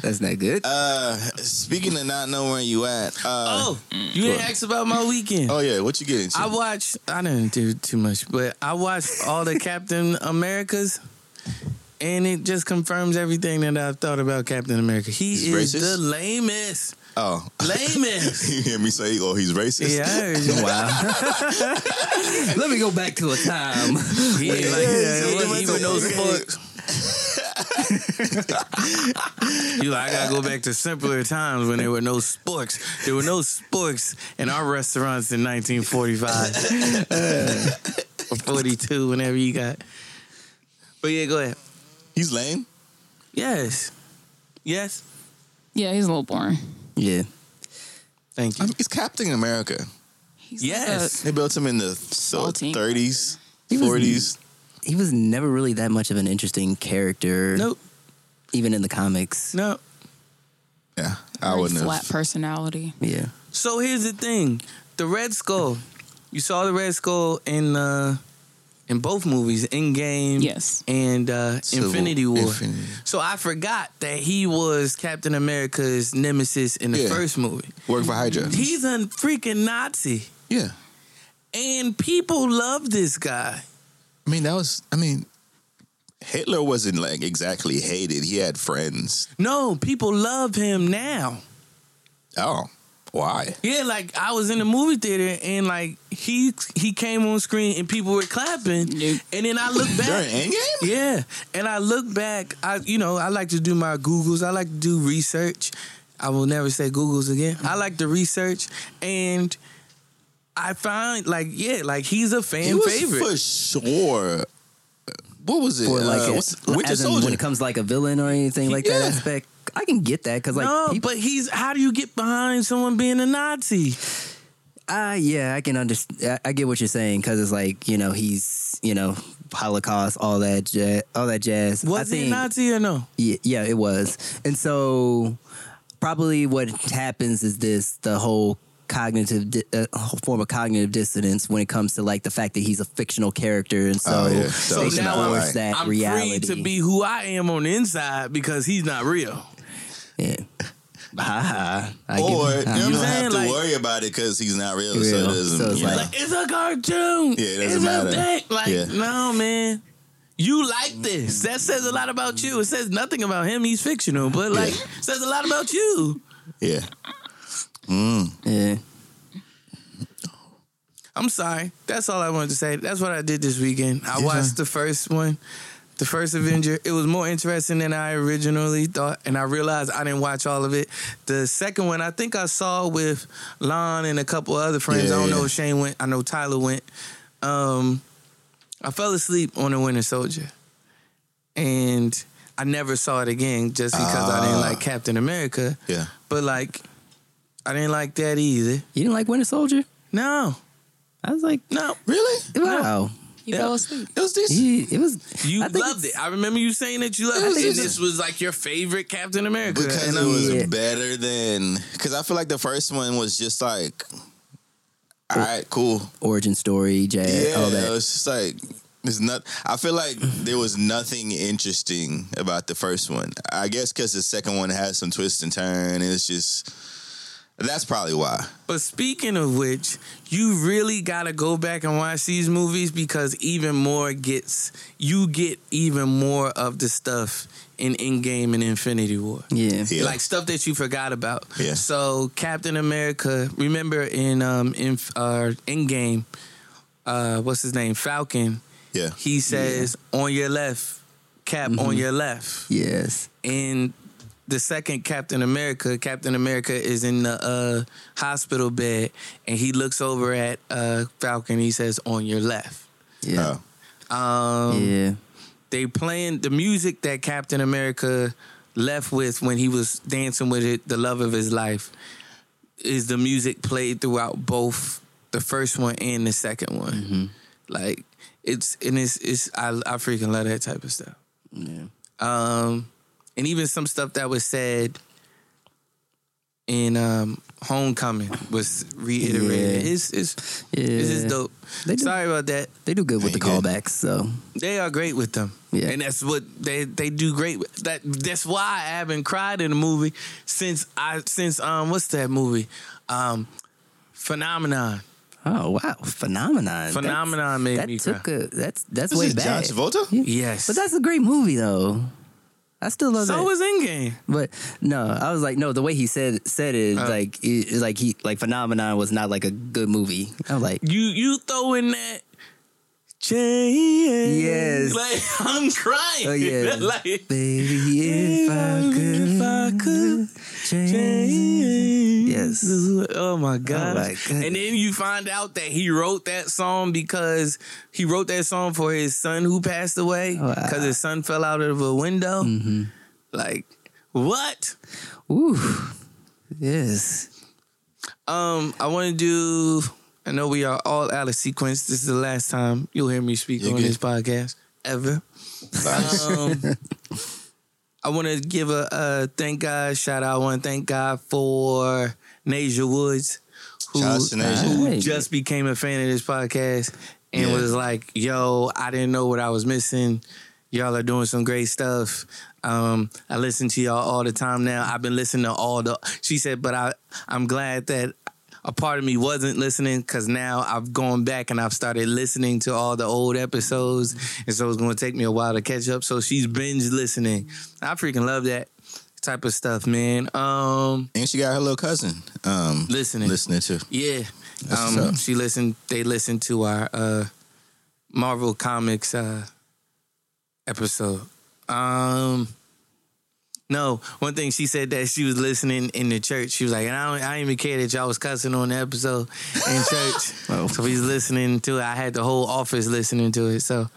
Speaker 2: That's not good.
Speaker 4: Uh, speaking of not knowing where you at. Uh,
Speaker 3: oh, you didn't ask about my weekend.
Speaker 4: oh yeah, what you getting?
Speaker 3: I
Speaker 4: To?
Speaker 3: watched. I didn't do too much, but I watched all
Speaker 2: [laughs]
Speaker 3: the Captain Americas, and it just confirms everything that I've thought about Captain America. He
Speaker 4: He's
Speaker 3: is
Speaker 4: racist?
Speaker 3: the lamest,
Speaker 4: Oh, [laughs]
Speaker 2: [laughs]
Speaker 3: lamest.
Speaker 4: you hear me say? Oh, he's racist.
Speaker 3: yeah, I heard you.
Speaker 2: wow. Let me go back to a [laughs] time.
Speaker 3: He ain't like he
Speaker 4: Yeah, yeah,
Speaker 3: wasn't even
Speaker 4: yeah.
Speaker 3: no sports. you like I gotta go back to simpler times when there were no sporks. There were no sporks in our restaurants in 1945 [laughs] or 42, whenever you got. But yeah, go ahead.
Speaker 4: He's lame.
Speaker 3: Yes, yes.
Speaker 5: Yeah, he's a little boring.
Speaker 2: Yeah.
Speaker 3: Thank
Speaker 4: I
Speaker 3: you.
Speaker 4: mean, he's Captain America.
Speaker 5: He's like
Speaker 3: Yes,
Speaker 4: They built him in the so,
Speaker 5: Salty.
Speaker 4: 30s,
Speaker 2: He was-
Speaker 4: 40s.
Speaker 2: He was never really that much of an interesting character.
Speaker 3: nope,
Speaker 2: Even in the comics.
Speaker 3: no.
Speaker 4: Yeah,
Speaker 5: a
Speaker 4: I
Speaker 5: very
Speaker 4: wouldn't
Speaker 5: flat
Speaker 4: have.
Speaker 5: personality.
Speaker 2: Yeah.
Speaker 3: So here's the thing: the Red Skull. You saw the Red Skull in uh, in both movies, in game.
Speaker 5: Yes.
Speaker 3: and uh,
Speaker 4: Civil-
Speaker 3: Infinity War.
Speaker 4: Infinity.
Speaker 3: So I forgot that he was Captain America's nemesis in the
Speaker 4: Yeah.
Speaker 3: first movie.
Speaker 4: Work for Hydra.
Speaker 3: He's a freaking Nazi,
Speaker 4: Yeah,
Speaker 3: and people love this guy.
Speaker 4: I mean that was. I mean, Hitler wasn't like exactly hated. He had friends.
Speaker 3: No, people love him now.
Speaker 4: Oh, Why?
Speaker 3: Yeah, like I was in the movie theater and like he he came on screen and people were clapping,
Speaker 5: Nope.
Speaker 3: and then I looked back.
Speaker 4: During Endgame?
Speaker 3: Yeah, and I look back. I you know I like to do my googles. I like to do research. I will never say googles again. I like to research, and I find like yeah, like he's a fan
Speaker 4: It was
Speaker 3: favorite.
Speaker 4: for sure. What was it?
Speaker 2: Or like
Speaker 4: uh,
Speaker 2: a-
Speaker 4: what's-
Speaker 2: as
Speaker 4: Winter
Speaker 2: in
Speaker 4: Soldier.
Speaker 2: when it comes to like a villain or anything like
Speaker 4: Yeah.
Speaker 2: that aspect. I can get that because like
Speaker 3: no,
Speaker 2: people,
Speaker 3: but he's how do you get behind someone being a Nazi?
Speaker 2: ah, yeah, I can understand. I, I get what you're saying because it's like you know he's you know Holocaust, all that, ja- all that jazz. I
Speaker 3: Was he
Speaker 2: think-
Speaker 3: a Nazi or no?
Speaker 2: Yeah, yeah, it was. And so probably what happens is this the whole cognitive di- uh, whole form of cognitive dissonance when it comes to like the fact that he's a fictional character and so,
Speaker 4: Oh, yeah. So
Speaker 2: they
Speaker 4: it's not
Speaker 2: enforce
Speaker 4: like-
Speaker 2: that
Speaker 3: I'm
Speaker 2: reality
Speaker 3: free to be who I am on the inside because he's not real.
Speaker 2: yeah. Ha ha. I get- Uh-huh.
Speaker 4: or you,
Speaker 2: I-
Speaker 4: don't
Speaker 3: saying?
Speaker 4: have to
Speaker 3: Like-
Speaker 4: worry about it because he's not real, so it
Speaker 2: Real.
Speaker 4: doesn't.
Speaker 2: So it's
Speaker 4: you know.
Speaker 2: like-
Speaker 3: It's a cartoon.
Speaker 4: Yeah, it doesn't
Speaker 3: it's
Speaker 4: matter.
Speaker 3: A thing. Like,
Speaker 4: Yeah.
Speaker 3: no, man. You like this. That says a lot about you. It says nothing about him. He's fictional, but like says a lot about you.
Speaker 4: yeah,
Speaker 2: yeah.
Speaker 3: I'm sorry. That's all I wanted to say. That's what I did this weekend. I watched the first one, the first Avenger. It was more interesting than I originally thought, and I realized I didn't watch all of it. The second one, I think I saw with Lon and a couple other friends.
Speaker 4: Yeah,
Speaker 3: I don't
Speaker 4: yeah.
Speaker 3: know if Shane went. I know Tyler went. Um, I fell asleep on the Winter Soldier, and I never saw it again just because I didn't
Speaker 4: Ah.
Speaker 3: like Captain America.
Speaker 4: yeah.
Speaker 3: But like, I didn't like that either.
Speaker 2: You didn't like Winter Soldier?
Speaker 3: No,
Speaker 2: I was like,
Speaker 3: no.
Speaker 4: Really?
Speaker 2: wow.
Speaker 5: You fell asleep.
Speaker 4: It was decent.
Speaker 2: He- it was
Speaker 3: You
Speaker 2: I think
Speaker 3: loved
Speaker 2: it's-
Speaker 3: it. I remember you saying that you loved
Speaker 4: I
Speaker 3: it.
Speaker 4: think
Speaker 3: And
Speaker 4: it's-
Speaker 3: this was like your favorite Captain America.
Speaker 4: because
Speaker 3: And
Speaker 4: it
Speaker 3: I'm-
Speaker 4: was
Speaker 2: Yeah.
Speaker 4: better than because I feel like the first one was just like,
Speaker 2: Oh.
Speaker 4: all right, cool,
Speaker 2: Origin story, jazz,
Speaker 4: yeah.
Speaker 2: all
Speaker 4: It
Speaker 2: that.
Speaker 4: was just like there's not. I feel like there was nothing interesting about the first one. I guess because the second one has some twist and turn. It's just that's probably why.
Speaker 3: but speaking of which, you really gotta go back and watch these movies because even more gets you get even more of the stuff in Endgame and Infinity War.
Speaker 2: Yeah.
Speaker 4: Yeah.
Speaker 3: Like stuff that you forgot about.
Speaker 4: Yeah.
Speaker 3: So Captain America, remember in um in uh Endgame, uh what's his name? Falcon.
Speaker 4: Yeah, Mm-hmm.
Speaker 3: He says on your left, Cap on your left.
Speaker 2: Yes.
Speaker 3: in the second Captain America, Captain America is in the uh, hospital bed and he looks over at uh, Falcon. He says, "On your left."
Speaker 2: Yeah.
Speaker 4: Oh.
Speaker 3: Um,
Speaker 2: yeah.
Speaker 3: They playing the music that Captain America left with when he was dancing with it, the love of his life, is the music played throughout both the first one and the second one.
Speaker 2: Mm-hmm.
Speaker 3: Like it's and it's it's I I freaking love that type of stuff.
Speaker 2: Yeah.
Speaker 3: um, and even some stuff that was said in um, Homecoming was reiterated.
Speaker 2: Yeah.
Speaker 3: It's it's
Speaker 2: Yeah.
Speaker 3: it's just dope.
Speaker 2: They do.
Speaker 3: Sorry about that.
Speaker 2: They do good with the
Speaker 4: They good.
Speaker 2: callbacks, so
Speaker 3: They are great with them,
Speaker 2: Yeah.
Speaker 3: and that's what they they do great. With. That that's why I haven't cried in a movie since I since um what's that movie, um, Phenomenon.
Speaker 2: Oh wow, phenomenon!
Speaker 3: Phenomenon made
Speaker 2: That's, that
Speaker 3: me
Speaker 2: took
Speaker 3: cry.
Speaker 2: a that's that's
Speaker 4: this
Speaker 2: way
Speaker 4: is John
Speaker 2: back.
Speaker 4: Travolta.
Speaker 2: Yeah.
Speaker 3: yes,
Speaker 2: But that's a great movie though. I still love
Speaker 3: so
Speaker 2: that.
Speaker 3: was Endgame.
Speaker 2: but no, I was like, no, the way he said said it,
Speaker 3: Uh.
Speaker 2: like it, it's like he like phenomenon was not like a good movie. I'm like,
Speaker 3: you you throw in that Jane. [laughs]
Speaker 2: Yes.
Speaker 3: Like I'm crying.
Speaker 2: Oh, yeah.
Speaker 3: [laughs] like
Speaker 2: baby, if I could,
Speaker 3: if I could
Speaker 2: change.
Speaker 3: change.
Speaker 2: Yes.
Speaker 3: [laughs] Oh my god.
Speaker 2: my goodness.
Speaker 3: and then you find out that he wrote that song because he wrote that song for his son who passed away
Speaker 2: Wow.
Speaker 3: because his son fell out of a window. Like what?
Speaker 2: Ooh, yes,
Speaker 3: Um, I want to do. I know we are all out of sequence. This is the last time you'll hear me speak
Speaker 4: You're
Speaker 3: on
Speaker 4: good.
Speaker 3: this podcast ever. Um, I want to give a, a thank God shout out. I want to thank God for Nasia Woods, who,
Speaker 4: Shout out to Nasia.
Speaker 3: who
Speaker 2: Hey.
Speaker 3: just became a fan of this podcast and
Speaker 4: Yeah.
Speaker 3: was like, "Yo, I didn't know what I was missing. Y'all are doing some great stuff." Um, I listen to y'all all the time now. I've been listening to all the. She said, but I I'm glad that a part of me wasn't listening because now I've gone back and I've started listening to all the old episodes, and so it's going to take me a while to catch up. So she's binge listening. I freaking love that. type of stuff, man. Um,
Speaker 4: And she got her little cousin um,
Speaker 3: listening,
Speaker 4: listening to.
Speaker 3: yeah.
Speaker 4: That's what's
Speaker 3: Um,
Speaker 4: up.
Speaker 3: she listened. They listened to our uh, Marvel Comics uh, episode. Um, no, one thing she said that she was listening in the church. She was like, and I don't, I didn't even care that y'all was cussing on the episode in
Speaker 4: [laughs]
Speaker 3: church. So we was listening to it. I had the whole office listening to it. So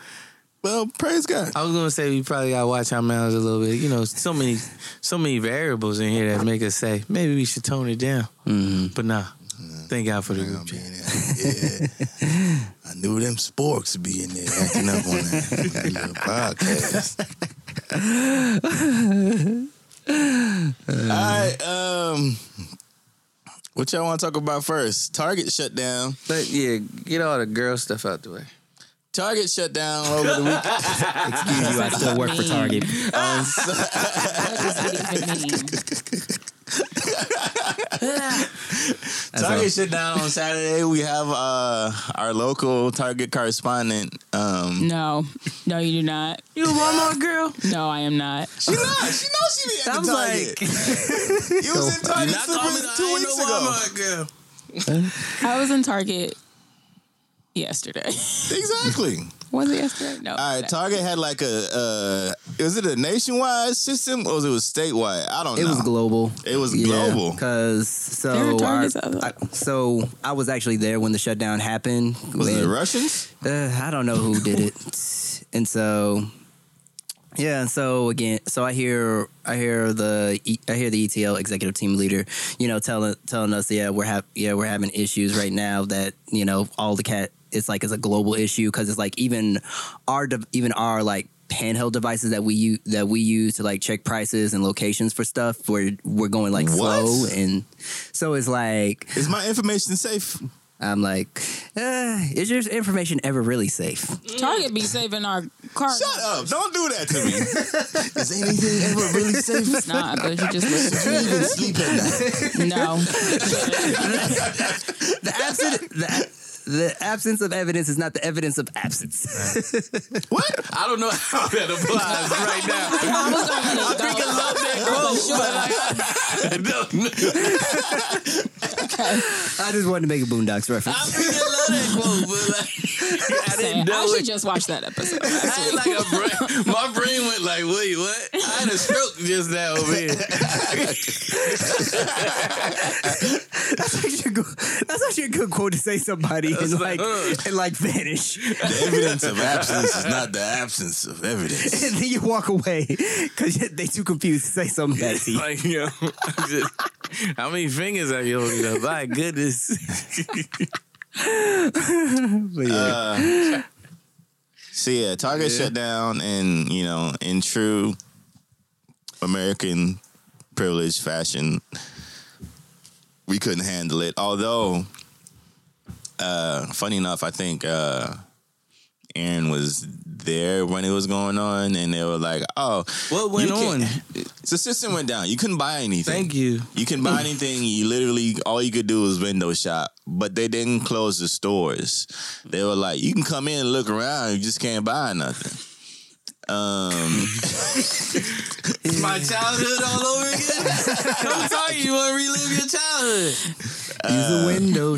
Speaker 4: Well, praise God.
Speaker 3: I was gonna say we probably gotta watch our mouths a little bit. You know, so many, so many variables in here that make us say maybe we should tone it down.
Speaker 4: Mm-hmm.
Speaker 3: But nah, thank God for the
Speaker 6: I
Speaker 3: group
Speaker 6: mean,
Speaker 3: chat.
Speaker 6: yeah. I knew them sporks would be in there acting up on that little podcast.
Speaker 4: All right. Um, what y'all want to talk about first? Target shut down.
Speaker 3: But yeah, get all the girl stuff out the way.
Speaker 4: Target shut down over the week.
Speaker 2: Excuse you, I still work for
Speaker 5: [laughs]
Speaker 2: Target.
Speaker 5: What does it even mean?
Speaker 4: Target shut down on Saturday. We have uh, our local Target correspondent. Um,
Speaker 5: No, no, you do not.
Speaker 3: You a Walmart girl?
Speaker 5: No, I am not.
Speaker 4: she not. She knows she be at
Speaker 3: I'm
Speaker 4: the Target. [laughs]
Speaker 3: like,
Speaker 4: you was in Target
Speaker 3: not calling
Speaker 4: slippers
Speaker 3: it-
Speaker 4: two
Speaker 3: I ain't
Speaker 4: weeks
Speaker 3: no
Speaker 4: ago.
Speaker 3: Walmart girl.
Speaker 5: I was in Target yesterday. [laughs]
Speaker 4: Exactly.
Speaker 5: Was it yesterday? No.
Speaker 4: All right, Target had like a uh is it a nationwide system or was it was statewide? I don't
Speaker 2: It
Speaker 4: know.
Speaker 2: was global.
Speaker 4: It was global.
Speaker 2: Because
Speaker 5: There were
Speaker 2: so our-
Speaker 5: targets out there.
Speaker 2: I, so I was actually there when the shutdown happened.
Speaker 4: Was it the
Speaker 2: And-
Speaker 4: Russians?
Speaker 2: Uh, I don't know who did it, and so yeah, and so again, so I hear I hear the E- I hear the ETL executive team leader, you know, telling telling us, yeah, we're have yeah we're having issues right now that you know all the cat it's like it's a global issue because it's like even our de- even our like handheld devices that we use that we use to like check prices and locations for stuff we're we're going like
Speaker 4: What?
Speaker 2: slow and so it's like
Speaker 4: Is my information safe?
Speaker 2: i'm like uh, is your information ever really safe
Speaker 5: Target be saving our car.
Speaker 4: Shut up. Don't do that to me.
Speaker 6: [laughs] Is anything ever really safe?
Speaker 5: It's not, but you just
Speaker 4: [laughs]
Speaker 5: listen.
Speaker 6: You even sleep at night.
Speaker 5: No.
Speaker 2: the absence
Speaker 3: [laughs]
Speaker 2: the, the absence of evidence is not the evidence of
Speaker 3: [laughs]
Speaker 2: absence.
Speaker 3: I don't know how [laughs] that applies right now.
Speaker 5: I was going to
Speaker 3: Love that [laughs] quote, but I, I don't know.
Speaker 2: I just wanted to make a Boondocks
Speaker 3: I
Speaker 2: reference.
Speaker 3: freaking love that quote, but like, I didn't
Speaker 5: I
Speaker 3: know
Speaker 5: should
Speaker 3: it.
Speaker 5: just watch that episode.
Speaker 3: I had like a brain, my brain went like, wait, what? I had a stroke just now over here.
Speaker 2: That's actually a good, that's actually a good quote to say somebody and like and
Speaker 3: [laughs]
Speaker 2: like vanish,
Speaker 6: The evidence of absence is not the absence of evidence.
Speaker 2: and then you walk away because they too confused to say something back to you.
Speaker 3: Like, yo, I'm just, how many fingers have you holding up? My goodness.
Speaker 2: But yeah.
Speaker 4: So yeah, Target shut down and you know, in true American privilege fashion, we couldn't handle it. Although uh funny enough, I think uh Aaron was there when it was going on and they were like, Oh
Speaker 3: [laughs] What went
Speaker 4: you
Speaker 3: on?
Speaker 4: can't- [laughs] The system went down. You couldn't buy anything.
Speaker 3: Thank you.
Speaker 4: You can buy anything. You literally all you could do was window shop, but they didn't close the stores. They were like, you can come in and look around. You just can't buy nothing. Um,
Speaker 3: It's my childhood all over [laughs] again. Come talk. You want to relive your childhood? Uh,
Speaker 2: Use a window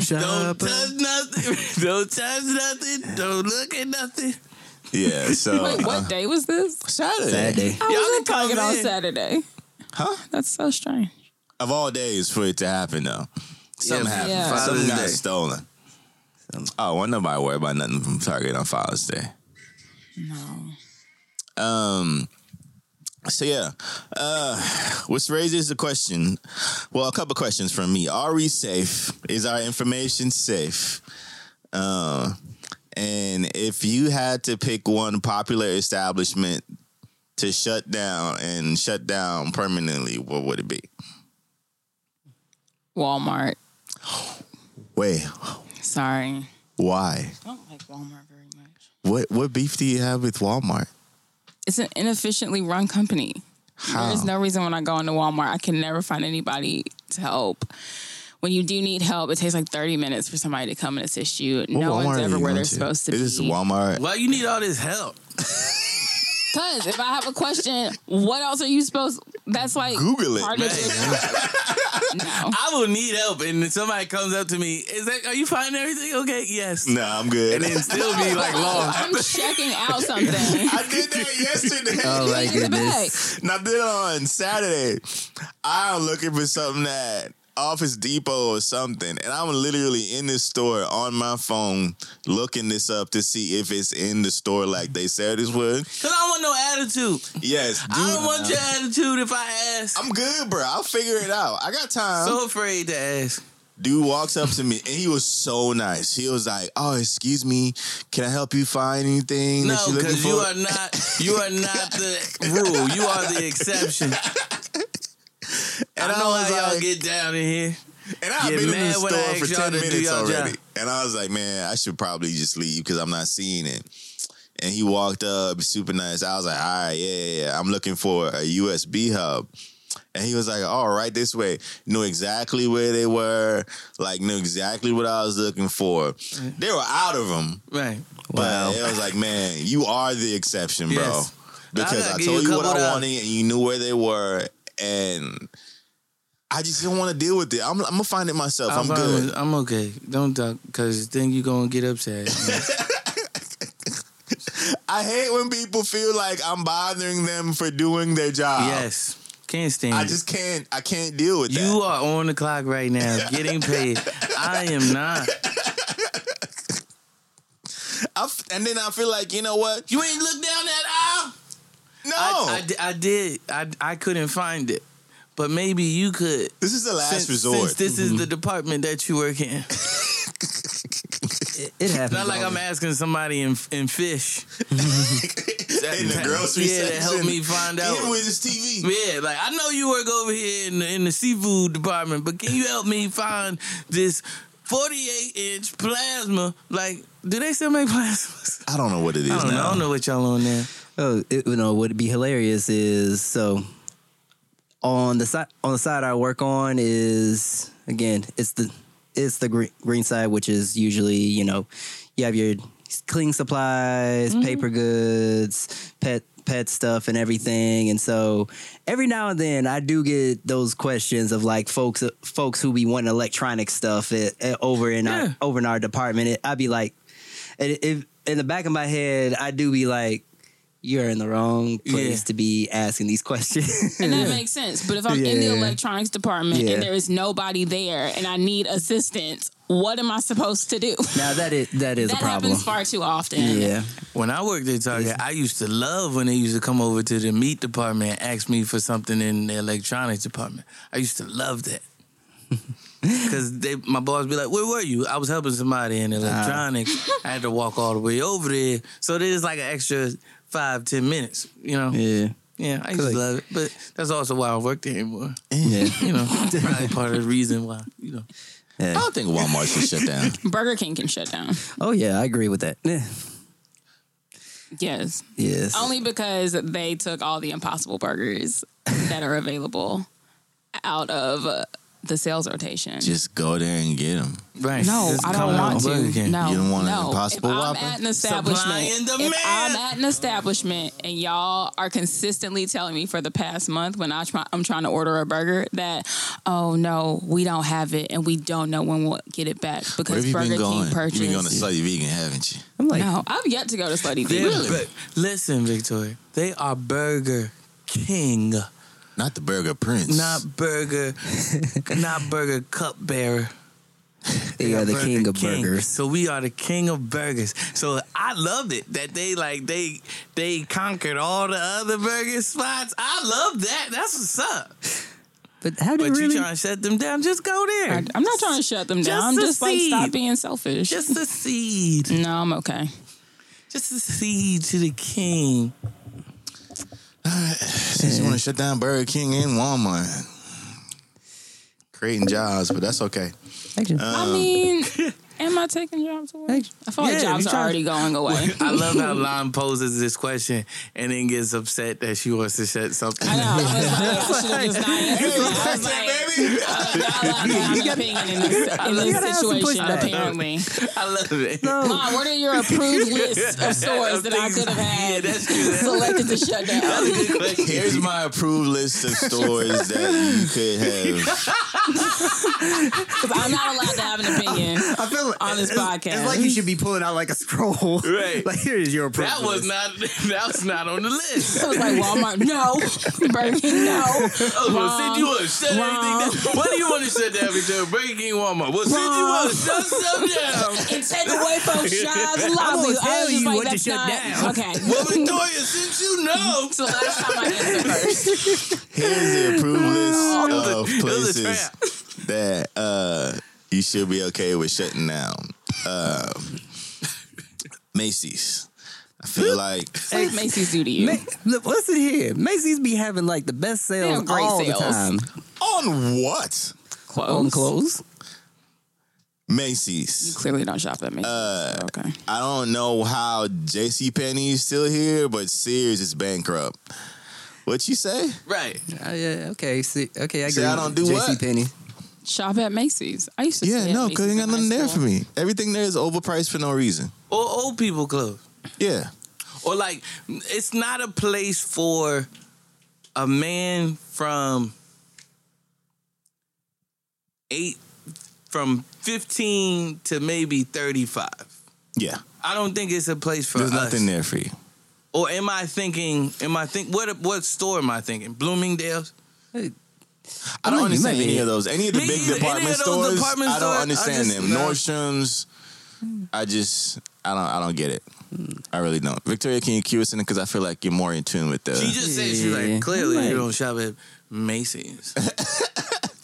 Speaker 3: Don't
Speaker 2: shopper.
Speaker 3: touch nothing. [laughs] Don't touch nothing. Don't look at nothing.
Speaker 4: yeah. So
Speaker 5: Wait,
Speaker 4: uh,
Speaker 5: what day was this?
Speaker 4: Saturday
Speaker 2: Saturday.
Speaker 5: I
Speaker 3: Y'all
Speaker 5: was
Speaker 3: can
Speaker 5: in Target
Speaker 3: come
Speaker 5: on
Speaker 3: in.
Speaker 5: Saturday.
Speaker 4: Huh?
Speaker 5: That's so strange.
Speaker 4: of all days for it to happen though. Something
Speaker 3: Yeah,
Speaker 4: happened.
Speaker 5: yeah.
Speaker 4: Something
Speaker 3: Father's
Speaker 4: got
Speaker 3: Day.
Speaker 4: stolen. Oh, well, nobody worry about nothing from Target on Father's Day.
Speaker 5: No.
Speaker 4: Um. So yeah, uh, which raises the question. Well, a couple questions from me. Are we safe? Is our information safe? Um, and if you had to pick one popular establishment to shut down and shut down permanently, what would it be?
Speaker 5: Walmart.
Speaker 4: Wait,
Speaker 5: Sorry.
Speaker 4: why?
Speaker 5: I don't like Walmart very much.
Speaker 4: What what beef do you have with Walmart?
Speaker 5: It's an inefficiently run company. There's no reason when I go into Walmart, I can never find anybody to help. When you do need help, it takes like 30 minutes for somebody to come and assist you.
Speaker 4: What
Speaker 5: no
Speaker 4: Walmart
Speaker 5: one's
Speaker 4: are
Speaker 5: ever
Speaker 4: you
Speaker 5: where
Speaker 4: going
Speaker 5: they're supposed to
Speaker 4: It
Speaker 5: be.
Speaker 4: is Walmart.
Speaker 3: Why you need all this help?
Speaker 5: Cause if I have a question, what else are you supposed? That's like
Speaker 4: Google it, [laughs]
Speaker 5: part of the- no.
Speaker 3: I will need help, and then somebody comes up to me. Is that? Are you finding everything okay? Yes.
Speaker 4: No, I'm good.
Speaker 3: And then still be [laughs] like lost.
Speaker 5: I'm checking out something.
Speaker 4: [laughs] I did
Speaker 3: [laughs]
Speaker 4: that yesterday.
Speaker 2: Oh my
Speaker 4: [laughs]
Speaker 5: In the bag.
Speaker 2: goodness.
Speaker 4: And I did it on Saturday. I'm looking for something at Office Depot or something. And I'm literally in this store on my phone looking this up to see if it's in the store like they said it would.
Speaker 3: Cause I don't want no attitude.
Speaker 4: Yes, dude.
Speaker 3: I don't want your attitude if I ask. I'm
Speaker 4: I'm good, bro. I'll figure it out. I got time.
Speaker 3: so afraid to ask.
Speaker 4: Dude walks up to me and he was so nice. He was like, "Oh, excuse me, can I help you find anything
Speaker 3: No,
Speaker 4: that you're looking
Speaker 3: because
Speaker 4: for?"
Speaker 3: you are not. You are not
Speaker 4: [laughs]
Speaker 3: the rule. You are the exception.
Speaker 4: and
Speaker 3: I know how y'all get down in here.
Speaker 4: And I've
Speaker 3: Get
Speaker 4: been in the
Speaker 3: mad when I
Speaker 4: store for
Speaker 3: ask y'all
Speaker 4: 10
Speaker 3: to do
Speaker 4: minutes
Speaker 3: y'all
Speaker 4: already.
Speaker 3: job.
Speaker 4: And I was like, man, I should probably just leave because I'm not seeing it. And he walked up, super nice. I was like, all right, yeah, yeah, yeah. I'm looking for a USB hub. And he was like, all right, this way. Knew exactly where they were, like, knew exactly what I was looking for. They were out of them,
Speaker 3: Right.
Speaker 4: but
Speaker 2: Wow.
Speaker 4: it was like, man, you are the exception, bro.
Speaker 3: Yes.
Speaker 4: Because
Speaker 3: gotta
Speaker 4: I
Speaker 3: give
Speaker 4: told
Speaker 3: you a
Speaker 4: you what
Speaker 3: couple
Speaker 4: I
Speaker 3: dollars.
Speaker 4: wanted and you knew where they were. And I just don't want to deal with it. I'm, I'm going to find it myself. I'm
Speaker 3: fine
Speaker 4: good.
Speaker 3: with- I'm okay. Don't talk, cause then you gonna get
Speaker 4: [laughs]
Speaker 3: upset.
Speaker 4: I hate when people feel like I'm bothering them for doing their job.
Speaker 3: yes. Can't stand.
Speaker 4: I
Speaker 3: it.
Speaker 4: just can't I can't deal with that.
Speaker 3: You are on the clock right
Speaker 4: [laughs]
Speaker 3: now, getting paid. I am not.
Speaker 4: I f- and then I feel like, you know what?
Speaker 3: You ain't look down that aisle.
Speaker 4: No.
Speaker 3: I, I di- I did. I, I couldn't find it, but maybe you could.
Speaker 4: this is the last
Speaker 3: Since,
Speaker 4: resort. Mm-hmm.
Speaker 3: since this is the department that you work in,
Speaker 2: It happens.
Speaker 3: not like
Speaker 2: all
Speaker 3: I'm asking somebody in in fish.
Speaker 4: [laughs] in
Speaker 3: [laughs]
Speaker 4: the grocery
Speaker 3: yeah,
Speaker 4: section.
Speaker 3: to help me find out.
Speaker 4: Even with this TV.
Speaker 3: Yeah, like I know you work over here in the, in the seafood department, but can you help me find this 48 inch plasma? Like, do they still make plasmas?
Speaker 4: I don't know what it
Speaker 3: [laughs]
Speaker 4: is
Speaker 3: I don't know.
Speaker 4: now.
Speaker 3: I don't know what y'all on there.
Speaker 2: Oh, it, you know what'd be hilarious is so on the side on the side I work on is again it's the it's the green, green side which is usually you know you have your cleaning supplies,
Speaker 3: Mm-hmm.
Speaker 2: paper goods, pet pet stuff and everything and so every now and then I do get those questions of like folks folks who be wanting electronic stuff at, at- over in
Speaker 3: Yeah.
Speaker 2: our over in our department it, I'd be like and if in the back of my head I do be like you're in the wrong place
Speaker 3: Yeah.
Speaker 2: to be asking these [laughs] questions.
Speaker 5: And that makes sense. But if I'm in
Speaker 2: Yeah.
Speaker 5: the electronics department
Speaker 2: Yeah.
Speaker 5: and there is nobody there and I need assistance, what am I supposed to do?
Speaker 2: now that is that is
Speaker 5: that
Speaker 2: a problem.
Speaker 5: happens far too often.
Speaker 2: Yeah,
Speaker 3: When I worked at Target, I used to love when they used to come over to the meat department and ask me for something in the electronics department. I used to love [laughs] that. Cause they, my boss be like, "Where were you?" I was helping somebody in electronics. I had to walk all the way over there, so there's like an extra five, ten minutes. You know, yeah,
Speaker 2: yeah,
Speaker 3: I used
Speaker 2: Good.
Speaker 3: to love it, but that's also why I don't work there anymore.
Speaker 2: yeah. [laughs]
Speaker 3: You [laughs] know, probably part of the reason why. You know,
Speaker 4: I
Speaker 5: Oh.
Speaker 4: don't think Walmart should shut down.
Speaker 5: Burger King can shut down.
Speaker 2: Oh yeah, I agree with that. Yeah.
Speaker 5: Yes.
Speaker 2: Yes.
Speaker 5: Only because they took all the impossible burgers that are available out of uh, the sales rotation.
Speaker 4: Just go there and get them.
Speaker 3: right?
Speaker 5: no,
Speaker 3: Just
Speaker 5: I
Speaker 3: come
Speaker 5: don't
Speaker 3: out
Speaker 5: want
Speaker 3: of Burger
Speaker 5: to.
Speaker 3: King.
Speaker 5: No,
Speaker 4: You don't want an
Speaker 5: no.
Speaker 4: Impossible
Speaker 5: if I'm
Speaker 4: Whopper?
Speaker 5: at an establishment,
Speaker 3: and
Speaker 5: if I'm
Speaker 3: demand.
Speaker 5: at an establishment and y'all are consistently telling me for the past month when I try, I'm trying to order a burger that, oh no, we don't have it and we don't know when we'll get it back
Speaker 4: Where have
Speaker 5: because
Speaker 4: you
Speaker 5: Burger
Speaker 4: been
Speaker 5: King
Speaker 4: going? You've been going to
Speaker 5: purchased.
Speaker 4: Slutty Vegan, haven't you?
Speaker 2: I'm like,
Speaker 5: No, I've yet to go to Slutty
Speaker 3: They're
Speaker 5: Vegan.
Speaker 3: bur- listen, Victoria. They are Burger King,
Speaker 4: Not the Burger Prince.
Speaker 3: not
Speaker 5: [laughs]
Speaker 3: Burger, not Burger Cupbearer.
Speaker 2: they are the
Speaker 3: Burger
Speaker 2: king of
Speaker 3: King.
Speaker 2: burgers.
Speaker 3: So we are the king of burgers. So I loved it that they like they they conquered all the other burger spots. I love that. That's what's
Speaker 5: [laughs]
Speaker 3: up.
Speaker 2: But how
Speaker 3: But
Speaker 2: do you really?
Speaker 3: you trying to shut them down? Just go there.
Speaker 5: I- I'm not trying to shut them down.
Speaker 3: Just
Speaker 5: I'm just like
Speaker 3: succeed.
Speaker 5: stop being selfish.
Speaker 3: Just a seed.
Speaker 5: no, I'm okay.
Speaker 3: Just a seed to the king.
Speaker 4: Since you want to shut down Burger King and Walmart. Creating jobs, but that's okay.
Speaker 2: Actually,
Speaker 5: I
Speaker 4: Um. [laughs]
Speaker 5: mean, am I taking jobs away? I feel like
Speaker 3: Yeah,
Speaker 5: jobs
Speaker 3: you
Speaker 5: are
Speaker 3: try-
Speaker 4: [laughs]
Speaker 5: already going away.
Speaker 3: I love how Lon poses this question and then gets upset that she wants to shut something
Speaker 2: [laughs]
Speaker 5: I know. I was like, I should've just not answered that. I was like, not allowed to have an opinion in this, in
Speaker 2: You gotta
Speaker 5: this
Speaker 2: have some
Speaker 5: situation,
Speaker 2: pushback.
Speaker 5: apparently.
Speaker 3: I love [laughs] it.
Speaker 5: Mom, what are your approved lists of stores that I could have had
Speaker 3: That's good.
Speaker 5: selected to shut down?
Speaker 3: That's a good
Speaker 2: [laughs]
Speaker 3: question.
Speaker 4: Here's my approved list of stores that you could have.
Speaker 5: Because I'm not allowed to have an opinion.
Speaker 2: I feel like
Speaker 5: On this
Speaker 2: it's-
Speaker 5: podcast.
Speaker 2: it's like you should be pulling out like a scroll.
Speaker 3: Right.
Speaker 2: [laughs] like here is your
Speaker 3: That
Speaker 2: approval
Speaker 3: was not.
Speaker 2: list.
Speaker 3: That was not on the list. [laughs]
Speaker 5: It was like Walmart, no. Burger King, no.
Speaker 3: Oh, well,
Speaker 5: Wrong.
Speaker 3: send you up. Shut
Speaker 5: Wrong.
Speaker 3: everything down. Why do you want to shut down everything? Burger King, Walmart. Well, send you up.
Speaker 5: Wrong.
Speaker 3: Shut stuff down.
Speaker 5: And take away from Shaw's and
Speaker 2: I'm
Speaker 5: Lobby.
Speaker 2: gonna
Speaker 5: I
Speaker 2: tell
Speaker 5: was just
Speaker 2: you
Speaker 5: like,
Speaker 2: what to
Speaker 5: that's
Speaker 2: shut
Speaker 5: not.
Speaker 2: down.
Speaker 5: Okay.
Speaker 3: Well, Victoria, since you know,
Speaker 5: So last time I answered first.
Speaker 4: Here's the approved list
Speaker 3: it
Speaker 4: of
Speaker 3: was a- it was a
Speaker 4: places that uh, you should be okay with shutting down. Um Macy's. I feel like
Speaker 2: [laughs]
Speaker 5: What Macy's do to you?
Speaker 2: Ma- look, listen here. Macy's be having like the best sales
Speaker 5: have great
Speaker 2: all
Speaker 5: sales.
Speaker 2: the time
Speaker 4: on what
Speaker 5: Clothes.
Speaker 2: on clothes.
Speaker 4: Macy's.
Speaker 5: Clearly don't shop at Macy's.
Speaker 4: Uh,
Speaker 5: okay.
Speaker 4: I don't know how J.C. Penney is still here, but Sears is bankrupt. What you say?
Speaker 3: right?
Speaker 2: Uh, yeah, okay, see, okay, I
Speaker 4: See,
Speaker 2: agree.
Speaker 4: I don't do
Speaker 2: JC
Speaker 4: what?
Speaker 2: Penny.
Speaker 5: Shop at Macy's. I used to
Speaker 4: Yeah,
Speaker 5: stay
Speaker 4: no,
Speaker 5: at
Speaker 4: because
Speaker 5: Macy's
Speaker 4: ain't got
Speaker 5: in
Speaker 4: nothing
Speaker 5: high
Speaker 4: there for
Speaker 5: school.
Speaker 4: me. Everything there is overpriced for no reason.
Speaker 3: Or old people clothes.
Speaker 4: Yeah,
Speaker 3: Or like, it's not a place for a man from eight, from fifteen to maybe thirty-five.
Speaker 4: yeah.
Speaker 3: I don't think it's a place for
Speaker 4: There's
Speaker 3: us.
Speaker 4: nothing there for you.
Speaker 3: Or am I thinking? Am I think? What what store am I thinking? Bloomingdale's.
Speaker 4: I don't
Speaker 2: mean, you
Speaker 4: understand
Speaker 2: may-
Speaker 4: any of those. Any of the
Speaker 3: Me
Speaker 4: big
Speaker 3: either. Any
Speaker 4: department
Speaker 3: of those
Speaker 4: stores,
Speaker 3: department
Speaker 4: I
Speaker 3: stores,
Speaker 4: don't
Speaker 3: I
Speaker 4: understand
Speaker 3: just-
Speaker 4: them.
Speaker 3: nah.
Speaker 4: Nordstrom's, I just, I don't, I don't get it. I really don't. Victoria, can you cue us in? Because I feel like you're more in tune with the.
Speaker 3: She just said she's
Speaker 2: Yeah.
Speaker 3: like clearly
Speaker 2: Right.
Speaker 3: you don't shop at Macy's.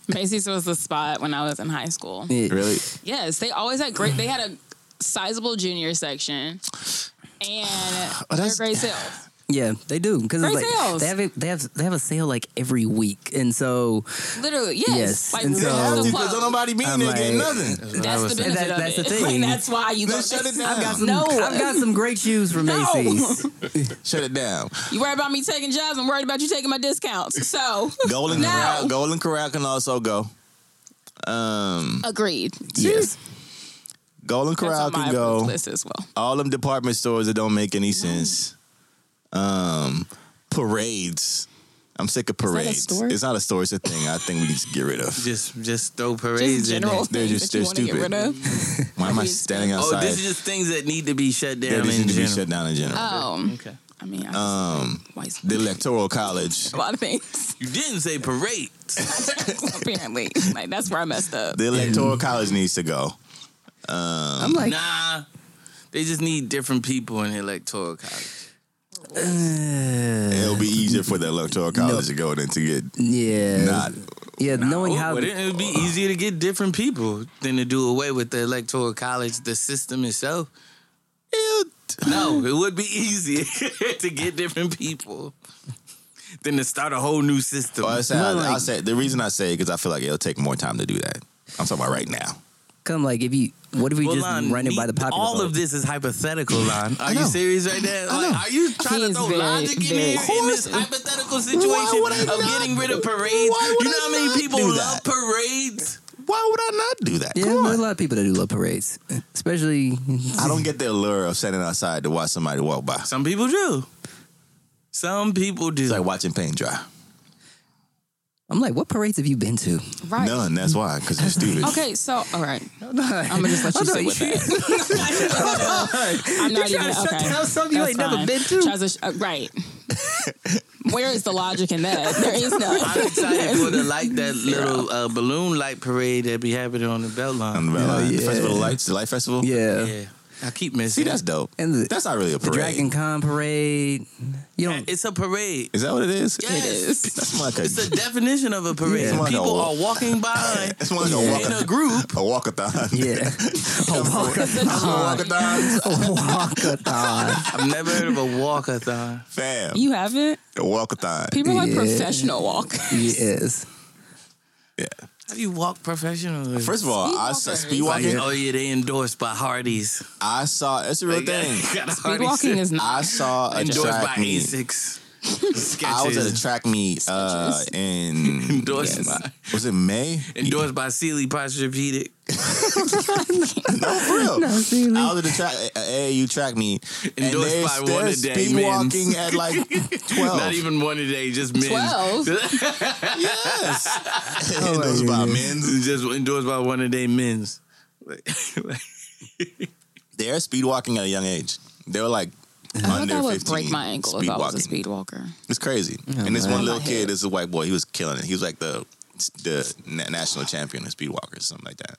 Speaker 5: Macy's was the spot when I was in high school.
Speaker 2: Yeah.
Speaker 4: really,
Speaker 5: Yes, they always had great. They had a sizable junior section,
Speaker 4: [sighs]
Speaker 5: and they're
Speaker 4: Oh, that's- [laughs]
Speaker 5: great sales.
Speaker 2: Yeah, they do because it's
Speaker 5: Great
Speaker 2: like
Speaker 5: sales.
Speaker 2: they have it, they have they have a sale like every week, and so
Speaker 5: Literally, yes.
Speaker 2: Yes,
Speaker 5: Like
Speaker 2: and
Speaker 5: we
Speaker 2: so-
Speaker 5: have the
Speaker 2: They have to,
Speaker 5: club.
Speaker 4: because Oh. don't nobody be in
Speaker 2: I'm
Speaker 4: there getting
Speaker 2: like-
Speaker 4: nothing.
Speaker 5: That's the benefit
Speaker 2: That-
Speaker 5: of
Speaker 2: that's
Speaker 5: it. [laughs]
Speaker 2: the thing.
Speaker 5: Like, that's why you go.
Speaker 4: Then shut it
Speaker 2: I've got
Speaker 4: down.
Speaker 2: some
Speaker 5: No.
Speaker 2: I've got some great shoes from
Speaker 5: [laughs] No.
Speaker 2: Macy's.
Speaker 4: Shut it down.
Speaker 5: You worried about me taking jobs. I'm worried about you taking my discounts. So
Speaker 4: Golden
Speaker 5: No.
Speaker 4: Corral, Golden Corral can also go.
Speaker 2: Mm.
Speaker 4: Um,
Speaker 5: [laughs] agreed.
Speaker 4: yes. Golden
Speaker 5: That's
Speaker 4: Corral
Speaker 5: on my
Speaker 4: can go.
Speaker 5: approved list as well.
Speaker 4: all them department stores that don't make any sense. Um, parades. I'm sick of
Speaker 5: that a
Speaker 4: parades.
Speaker 5: store?
Speaker 4: It's not a store. It's a thing. I think we just get rid
Speaker 3: [laughs]
Speaker 4: of.
Speaker 3: just just throw parades
Speaker 5: Just
Speaker 3: in
Speaker 5: general
Speaker 3: there.
Speaker 4: They're
Speaker 5: things
Speaker 4: just-
Speaker 5: that you
Speaker 4: they're
Speaker 5: want to get rid of.
Speaker 4: Why am I standing
Speaker 3: Oh,
Speaker 4: outside?
Speaker 3: this is just things that need to be shut
Speaker 4: They
Speaker 3: down
Speaker 4: just
Speaker 3: in
Speaker 4: need to be
Speaker 3: general.
Speaker 4: shut down in general.
Speaker 5: Um,
Speaker 3: Okay.
Speaker 5: I mean, I
Speaker 4: um,
Speaker 5: white
Speaker 4: the electoral college.
Speaker 5: a lot of things. [laughs]
Speaker 3: You didn't say parades.
Speaker 5: Apparently, like that's where I messed up.
Speaker 4: The electoral college needs to go.
Speaker 2: I'm like,
Speaker 3: nah. They just need different people in the electoral college.
Speaker 4: It'll be easier for the
Speaker 5: [laughs]
Speaker 4: electoral college to go than to get
Speaker 2: yeah,
Speaker 4: not.
Speaker 2: yeah, knowing
Speaker 3: Well,
Speaker 2: how
Speaker 3: wouldn't oh, it would be easier to get different people than to do away with the electoral college, the system itself. It- no, it would be easier [laughs] to get different people than to start a whole new system.
Speaker 4: Well, I say,
Speaker 2: Well,
Speaker 4: I, I
Speaker 2: like-
Speaker 4: say the reason I say because I feel like it'll take more time to do that. I'm talking about right now.
Speaker 2: come like if you what if we
Speaker 3: Well,
Speaker 2: just
Speaker 3: Lon,
Speaker 2: run it by
Speaker 3: we-
Speaker 2: the popular
Speaker 3: All
Speaker 2: vote?
Speaker 3: of this is hypothetical, Lon. Are
Speaker 4: know.
Speaker 3: you serious right now? Like, are you trying to
Speaker 5: He's
Speaker 3: throw
Speaker 5: very,
Speaker 3: logic in
Speaker 5: very-
Speaker 3: here in this hypothetical situation
Speaker 4: would I
Speaker 3: of
Speaker 4: not-
Speaker 3: getting rid of parades?
Speaker 4: why would
Speaker 3: You know
Speaker 4: I
Speaker 3: how many
Speaker 4: not
Speaker 3: people
Speaker 4: do
Speaker 3: love
Speaker 4: that?
Speaker 3: parades?
Speaker 4: Why would I not do that?
Speaker 2: Yeah,
Speaker 4: Come
Speaker 2: there's a
Speaker 4: on.
Speaker 2: lot of people that do love parades, especially
Speaker 4: I don't get the allure of standing outside to watch somebody walk by. It's
Speaker 3: Some people do. Some people [laughs] do.
Speaker 4: like watching paint dry.
Speaker 2: I'm like, what parades have you
Speaker 3: [laughs]
Speaker 2: been to?
Speaker 5: Right.
Speaker 4: None. That's why, because you're stupid.
Speaker 5: Okay, so all right, I'm gonna just let you sit
Speaker 2: [laughs]
Speaker 5: with that. [laughs] I'm not even
Speaker 2: trying to shut
Speaker 5: okay.
Speaker 2: down something you
Speaker 5: That's
Speaker 2: ain't never
Speaker 5: fine.
Speaker 2: been to?
Speaker 5: Tries to sh- uh, right. Where is the logic in that? There is none.
Speaker 3: I'm excited for the light [laughs] that little uh, balloon light parade that be happening on the
Speaker 4: On
Speaker 3: Beltline.
Speaker 2: Hell
Speaker 4: the Bell Line. The
Speaker 2: yeah.
Speaker 4: Festival of Lights, the Light Festival.
Speaker 2: Yeah,
Speaker 3: Yeah, I keep missing.
Speaker 4: See, that's dope.
Speaker 2: And the-
Speaker 4: that's not really a
Speaker 2: the
Speaker 4: parade.
Speaker 2: Dragon Con parade. You don't.
Speaker 3: it's a parade.
Speaker 4: Is that what it is?
Speaker 3: Yes.
Speaker 5: is.
Speaker 4: That's more like a,
Speaker 3: It's the definition of a parade.
Speaker 2: Yeah.
Speaker 3: People are walking
Speaker 4: [laughs]
Speaker 3: by
Speaker 4: that's more like
Speaker 3: in
Speaker 4: a,
Speaker 3: a group.
Speaker 4: walk- a walkathon.
Speaker 2: yeah, a walkathon.
Speaker 4: [laughs] Walkathon.
Speaker 2: [laughs] A walkathon.
Speaker 3: I've never heard of a walkathon.
Speaker 4: Fam.
Speaker 5: You haven't.
Speaker 4: a walkathon.
Speaker 5: People are like
Speaker 2: Yeah.
Speaker 5: professional walk.
Speaker 2: Yes.
Speaker 4: yeah.
Speaker 3: How do you walk professionally?
Speaker 4: First of all, I saw speed
Speaker 3: Like,
Speaker 4: walking.
Speaker 3: oh yeah, they endorsed by Hardee's.
Speaker 4: I saw. That's a real thing.
Speaker 3: Got a [laughs]
Speaker 5: Speed
Speaker 3: Hardee's
Speaker 5: walking is not.
Speaker 4: I saw a
Speaker 3: endorsed by
Speaker 4: track meet.
Speaker 3: Asics.
Speaker 4: I was at a
Speaker 3: sketches
Speaker 4: track meet uh,
Speaker 3: [laughs]
Speaker 4: in
Speaker 3: endorsed by
Speaker 4: was it May?
Speaker 3: endorsed by Sealy Posturepedic.
Speaker 4: No, for
Speaker 5: [laughs]
Speaker 4: real. I was at the track uh, AAU track meet. and
Speaker 3: Endorsed
Speaker 4: they're-
Speaker 3: by one
Speaker 4: they're
Speaker 3: a day
Speaker 4: speed
Speaker 3: men's.
Speaker 4: walking
Speaker 3: [laughs]
Speaker 4: at like twelve.
Speaker 3: Not
Speaker 4: [laughs]
Speaker 3: even one a day, just men.
Speaker 5: 12?
Speaker 4: yes. Endorsed by men's.
Speaker 3: just endorsed by one a day men's.
Speaker 4: They're speed walking at a young age. They were like
Speaker 5: I thought
Speaker 4: under
Speaker 5: that would
Speaker 4: 15
Speaker 5: break my ankle if
Speaker 4: speed
Speaker 5: I was a
Speaker 4: walking.
Speaker 5: speed walker.
Speaker 4: It's crazy. and this one little
Speaker 5: My
Speaker 4: kid,
Speaker 5: head.
Speaker 4: this is a white boy. He was killing it. He was like the the na- national champion of speed walkers, something like that.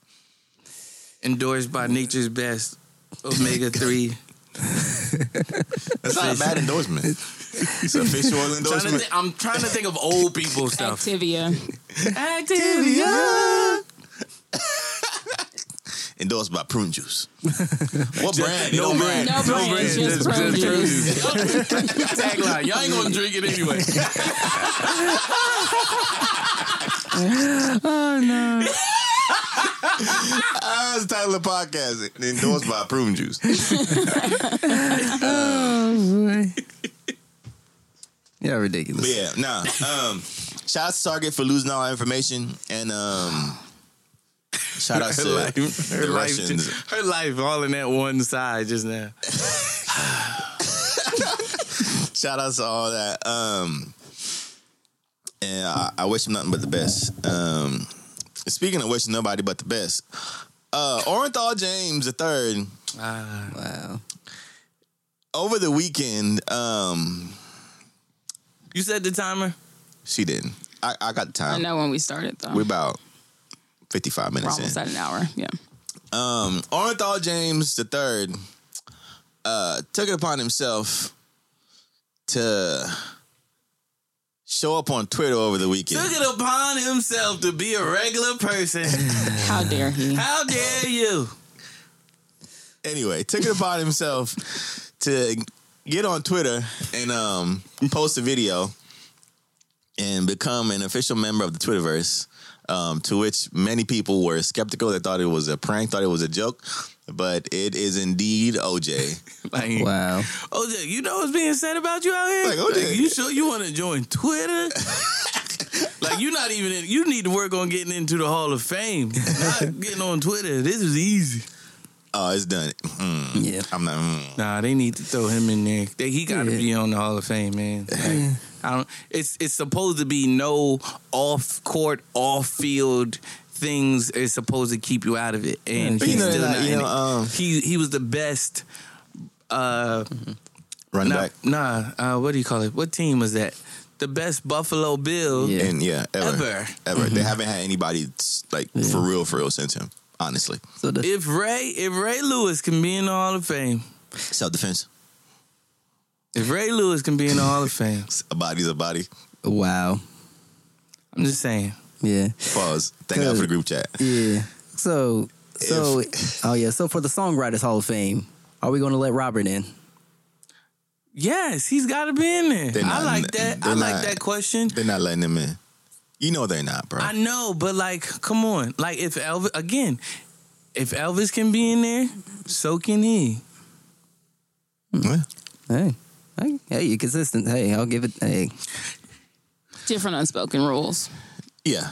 Speaker 3: Endorsed by Nature's Best,
Speaker 4: [laughs]
Speaker 3: Omega 3.
Speaker 4: That's not
Speaker 5: [laughs]
Speaker 4: a bad endorsement. It's an official
Speaker 3: Trying to
Speaker 4: endorsement.
Speaker 3: thi- I'm trying to think of old people [laughs] stuff.
Speaker 5: Activia.
Speaker 4: Endorsed by prune
Speaker 5: [laughs]
Speaker 4: juice. what brand?
Speaker 3: no
Speaker 4: It don't
Speaker 3: brand.
Speaker 5: No brains, just prune juice.
Speaker 3: Tagline. Y'all ain't gonna drink it [laughs] anyway.
Speaker 4: Ah, it's the title of the podcast. Endorsed by prune
Speaker 5: [laughs]
Speaker 4: juice.
Speaker 2: Yeah, ridiculous.
Speaker 4: But yeah, nah. Um, shout out to Target for losing all our information and um, shout out to the Russians.
Speaker 3: Life, her life all in that one side just now.
Speaker 4: Shout out to all that. Um, and I, I wish him nothing but the best. Um, speaking of wishing nobody but the best, uh, Orenthal James III
Speaker 2: Wow.
Speaker 4: over the weekend. Um,
Speaker 3: You said the timer?
Speaker 4: she didn't. I, I got the
Speaker 5: I
Speaker 4: time.
Speaker 5: know when we started though.
Speaker 4: We're about fifty-five
Speaker 5: We're
Speaker 4: minutes in.
Speaker 5: almost at an hour. Yeah.
Speaker 4: Um, Orenthal James III uh, took it upon himself to show up on Twitter over the weekend.
Speaker 3: Took it upon himself to be a regular person.
Speaker 5: How dare he?
Speaker 3: How dare you?
Speaker 4: anyway, took it upon himself to get on Twitter and um, post a video and become an official member of the Twitterverse. Um, to which many people were skeptical. They thought it was a prank, thought it was a joke, but it is
Speaker 3: [laughs]
Speaker 4: indeed OJ.
Speaker 3: Like,
Speaker 2: Wow.
Speaker 3: OJ, you know what's being said about you out here?
Speaker 4: Like, OJ.
Speaker 3: you sure you want to join
Speaker 4: [laughs]
Speaker 3: Twitter? like, you're not even in, you need to work on getting into the Hall of Fame, not getting on Twitter. This is easy.
Speaker 4: Oh, it's done. Mm.
Speaker 2: Yeah.
Speaker 4: I'm not. mm.
Speaker 3: Nah, they need to throw him in there. They, he got to
Speaker 2: Yeah.
Speaker 3: be on the Hall of Fame, man. Like, I don't. It's it's supposed to be no off court, off field things. Is supposed to keep you out of it, and
Speaker 2: But
Speaker 4: you
Speaker 3: he's
Speaker 4: know,
Speaker 3: still
Speaker 4: like,
Speaker 3: not.
Speaker 4: you
Speaker 3: in
Speaker 4: know,
Speaker 3: it.
Speaker 4: um,
Speaker 3: he he was the best. Uh,
Speaker 4: Run
Speaker 3: nah,
Speaker 4: back.
Speaker 3: nah. Uh, what do you call it? What team was that? The best Buffalo Bill
Speaker 2: Yeah.
Speaker 4: And yeah, ever.
Speaker 3: ever.
Speaker 4: Ever. They haven't had anybody s- like for real, for real since him, honestly.
Speaker 2: So the
Speaker 3: If Ray, if Ray Lewis can be in the Hall of Fame,
Speaker 4: Self defense.
Speaker 3: if Ray Lewis can be in the Hall of
Speaker 4: [laughs]
Speaker 3: Fame,
Speaker 4: A body's a body.
Speaker 2: wow.
Speaker 3: I'm just saying.
Speaker 2: Yeah.
Speaker 4: Pause. Thank God for the group chat.
Speaker 2: Yeah. So so oh yeah. So for the songwriters Hall of Fame, are we going to let Robert in?
Speaker 3: Yes, he's got to be in there.
Speaker 4: They're
Speaker 3: I
Speaker 4: not-
Speaker 3: like that. I
Speaker 4: they're
Speaker 3: like
Speaker 4: not-
Speaker 3: that question.
Speaker 4: They're not letting him in. You know they're not, bro.
Speaker 3: I know, but like, come on. Like, if Elvis, again, if Elvis can be in there, so can he.
Speaker 4: What?
Speaker 2: Hey. Hey, hey, you consistent. Hey, I'll give it. Hey,
Speaker 5: Different unspoken rules.
Speaker 4: Yeah,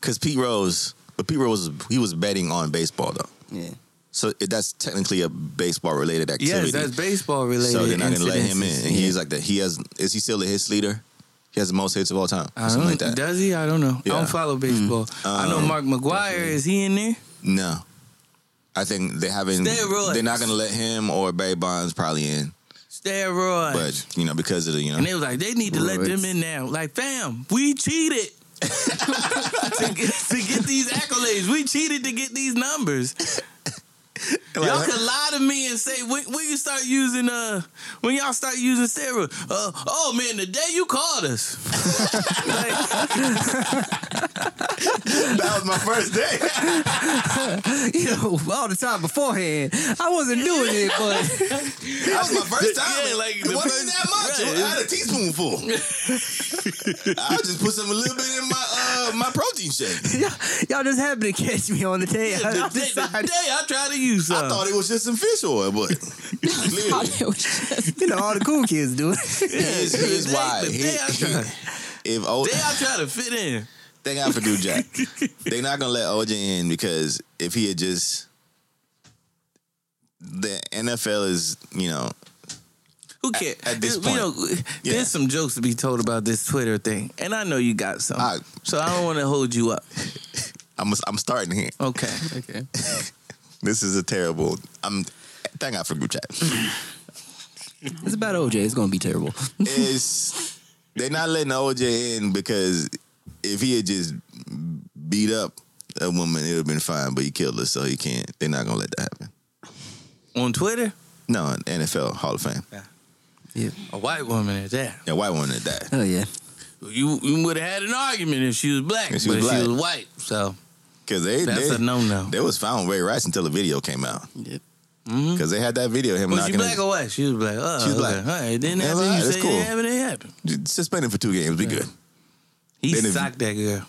Speaker 4: because Pete Rose, but Pete Rose, he was betting on baseball though,
Speaker 2: yeah, [laughs]
Speaker 4: so it, that's technically a baseball related activity.
Speaker 3: Yes, that's baseball related.
Speaker 4: so they're not gonna let him in.
Speaker 3: incidences.
Speaker 4: And he's like that. He has is he still the hits leader? He has the most hits of all time.
Speaker 3: I
Speaker 4: something
Speaker 3: don't,
Speaker 4: like that.
Speaker 3: Does he? I don't know. I
Speaker 4: Yeah. Mm-hmm.
Speaker 3: don't follow baseball. I know
Speaker 4: Um,
Speaker 3: Mark McGuire. Is he in there?
Speaker 4: No, I think they haven't.
Speaker 3: Steroids.
Speaker 4: They're not gonna let him or Barry Bonds probably in,
Speaker 3: Steroids.
Speaker 4: but you know because of the you know
Speaker 3: and
Speaker 4: [laughs]
Speaker 3: they was like, they need to let them in now. Like, fam, we cheated. [laughs] to, get, to get these accolades, we cheated to get these
Speaker 4: [laughs]
Speaker 3: numbers. Y'all can lie to me and say when, when you start using uh when y'all start using steroids. Uh, oh man, the day you called us. Like,
Speaker 4: that was my first day.
Speaker 2: you know, all the time beforehand, I wasn't doing it, but
Speaker 4: [laughs]
Speaker 2: [laughs]
Speaker 4: That was my first time.
Speaker 3: Yeah, like,
Speaker 4: it
Speaker 3: the
Speaker 4: wasn't
Speaker 3: first-
Speaker 4: that much.
Speaker 3: Right.
Speaker 4: [laughs] I had a teaspoonful. I just put some a little bit in my uh, up my protein shake.
Speaker 2: y'all, y'all just happened to catch me on the day.
Speaker 4: [laughs]
Speaker 2: I
Speaker 3: The day the
Speaker 2: decided,
Speaker 3: day I tried to use
Speaker 4: I
Speaker 3: some.
Speaker 4: thought it was just some fish oil,
Speaker 3: [laughs]
Speaker 4: but
Speaker 5: thought
Speaker 4: clearly,
Speaker 5: it was
Speaker 2: [laughs]
Speaker 5: just-
Speaker 2: you know, all the cool kids [laughs] do it.
Speaker 4: here's, here's
Speaker 3: The day-
Speaker 4: why.
Speaker 3: the
Speaker 4: Here-
Speaker 3: day I
Speaker 4: [laughs]
Speaker 3: tried-
Speaker 4: if oh, o-
Speaker 3: day I try to fit in.
Speaker 4: they got to do Jack, they're not gonna let OJ in because if he had just the NFL is you know
Speaker 3: Who cares?
Speaker 4: at this
Speaker 3: You
Speaker 4: point.
Speaker 3: know,
Speaker 4: Yeah.
Speaker 3: there's some jokes to be told about this Twitter thing, and I know you got some,
Speaker 4: I-
Speaker 3: so I don't want to hold you up.
Speaker 4: I'm I'm starting here. [laughs]
Speaker 3: Okay, okay.
Speaker 4: This is a terrible. I'm thank God for group chat.
Speaker 2: It's about OJ. It's gonna be terrible.
Speaker 4: It's they're not letting OJ in because if he had just beat up a woman, it would have been fine. But he killed her, so he can't. They're not gonna let that happen.
Speaker 3: On Twitter,
Speaker 4: No, NFL Hall of Fame.
Speaker 2: Yeah.
Speaker 3: a white woman at that.
Speaker 4: Yeah, white woman that died.
Speaker 2: Oh yeah.
Speaker 3: You, you would have had an argument if she was black,
Speaker 4: If she
Speaker 3: but
Speaker 4: was black.
Speaker 3: she was white, so
Speaker 4: Cause they
Speaker 3: that's
Speaker 4: they,
Speaker 3: a no no.
Speaker 4: they was found Ray Rice until the video came out. Mm-hmm.
Speaker 2: Yep.
Speaker 4: Cause they had that video of him
Speaker 3: Was she
Speaker 4: knocking.
Speaker 3: black
Speaker 4: his-
Speaker 3: or white? She was black. Oh,
Speaker 4: She was black.
Speaker 3: okay. All right, it didn't
Speaker 4: That's
Speaker 3: happen.
Speaker 4: all right,
Speaker 3: You
Speaker 4: that's
Speaker 3: say
Speaker 4: cool.
Speaker 3: it didn't happen. It happened.
Speaker 4: suspended for two games. Be good. [laughs]
Speaker 3: He
Speaker 4: Then if-
Speaker 3: socked that girl.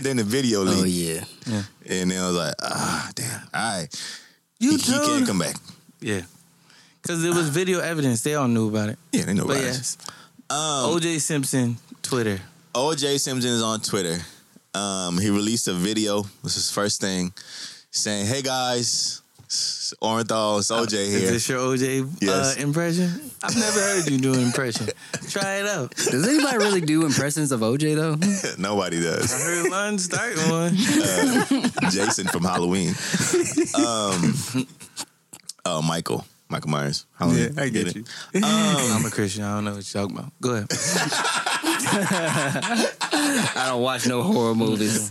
Speaker 4: then the video leaked,
Speaker 2: Oh yeah.
Speaker 4: and then I was like, ah, damn. All right,
Speaker 3: You
Speaker 4: he, he can't
Speaker 3: told-
Speaker 4: come back.
Speaker 3: Yeah, because
Speaker 4: [sighs]
Speaker 3: there was video evidence. They all knew about it.
Speaker 4: Yeah, they know
Speaker 3: But yes,
Speaker 4: Rice. Um,
Speaker 3: OJ Simpson Twitter.
Speaker 4: OJ Simpson is on Twitter. Um, he released a video. This is his first thing, saying, "Hey guys, it's Orenthal, it's OJ
Speaker 3: [laughs] Is
Speaker 4: here."
Speaker 3: this your OJ
Speaker 4: Yes.
Speaker 3: uh, impression? I've never heard you do an
Speaker 4: [laughs]
Speaker 3: impression. Try it out.
Speaker 2: Does anybody really do impressions of OJ though?
Speaker 4: [laughs] Nobody
Speaker 3: [laughs] I
Speaker 4: does.
Speaker 3: heard one, start one.
Speaker 4: Jason from Halloween. Um, oh, Michael, Michael Myers. Halloween. Get it? Um,
Speaker 3: I'm a Christian. I don't know what you're talking about. Go ahead.
Speaker 2: I don't watch no horror movies.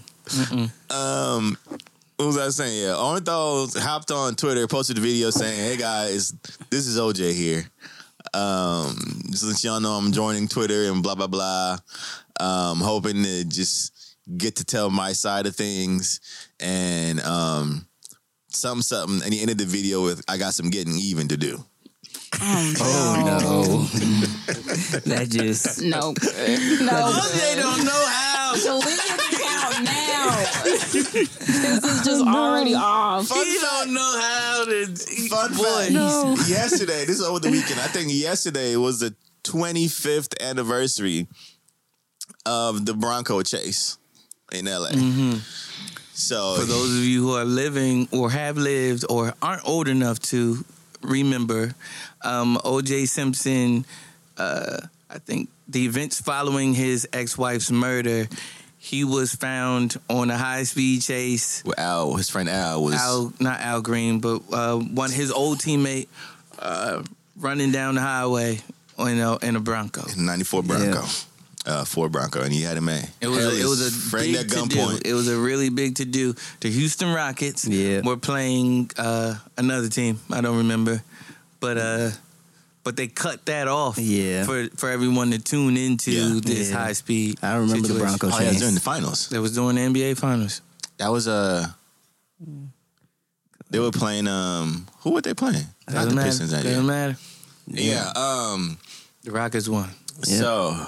Speaker 4: what was I saying? Yeah, Orenthal hopped on Twitter, posted a video saying, "Hey guys, this is OJ here. Um, just let y'all know I'm joining Twitter and blah blah blah. Um, hoping to just get to tell my side of things and um, something something." And he ended the video with, "I got some getting even to do."
Speaker 2: No. [laughs] that just
Speaker 5: no, good. no.
Speaker 3: They
Speaker 5: good.
Speaker 3: don't know how.
Speaker 5: Delete his account now. this is just already off.
Speaker 4: Fun
Speaker 3: He don't know how to.
Speaker 4: Fun fact.
Speaker 3: boy,
Speaker 4: yesterday, this is over the weekend. I think yesterday was the 25th anniversary of the Bronco chase in LA. So
Speaker 3: Mm-hmm. For those of you who are living or have lived or aren't old enough to remember, um, O.J. Simpson, uh, I think the events following his ex wife's murder, he was found on a high speed chase.
Speaker 4: Well, Al, his friend Al was
Speaker 3: Al, not Al Green, but uh, one his old teammate uh, running down the highway in a, in a Bronco.
Speaker 4: 94 Bronco. Uh, Ford Bronco, and he had a man.
Speaker 3: It was
Speaker 4: Hell,
Speaker 3: a, it
Speaker 4: his
Speaker 3: was a
Speaker 4: friend
Speaker 3: big
Speaker 4: at
Speaker 3: to do.
Speaker 4: gunpoint.
Speaker 3: It was a really big to do. The Houston Rockets
Speaker 2: Yeah.
Speaker 3: were playing uh, another team. I don't remember, but uh, but they cut that off.
Speaker 2: Yeah.
Speaker 3: for for everyone to tune into
Speaker 4: Yeah.
Speaker 3: this
Speaker 2: Yeah.
Speaker 3: high speed.
Speaker 2: I remember the Bronco
Speaker 4: Oh, yeah, it was
Speaker 2: chase.
Speaker 4: during the finals.
Speaker 3: That was during the NBA Finals.
Speaker 4: That was Uh, they were playing. Um, who were they playing? Not
Speaker 3: Doesn't
Speaker 4: the
Speaker 3: matter.
Speaker 4: Pistons. that year.
Speaker 3: Doesn't matter.
Speaker 4: Yeah. Um,
Speaker 3: The Rockets won.
Speaker 2: Yeah.
Speaker 4: So,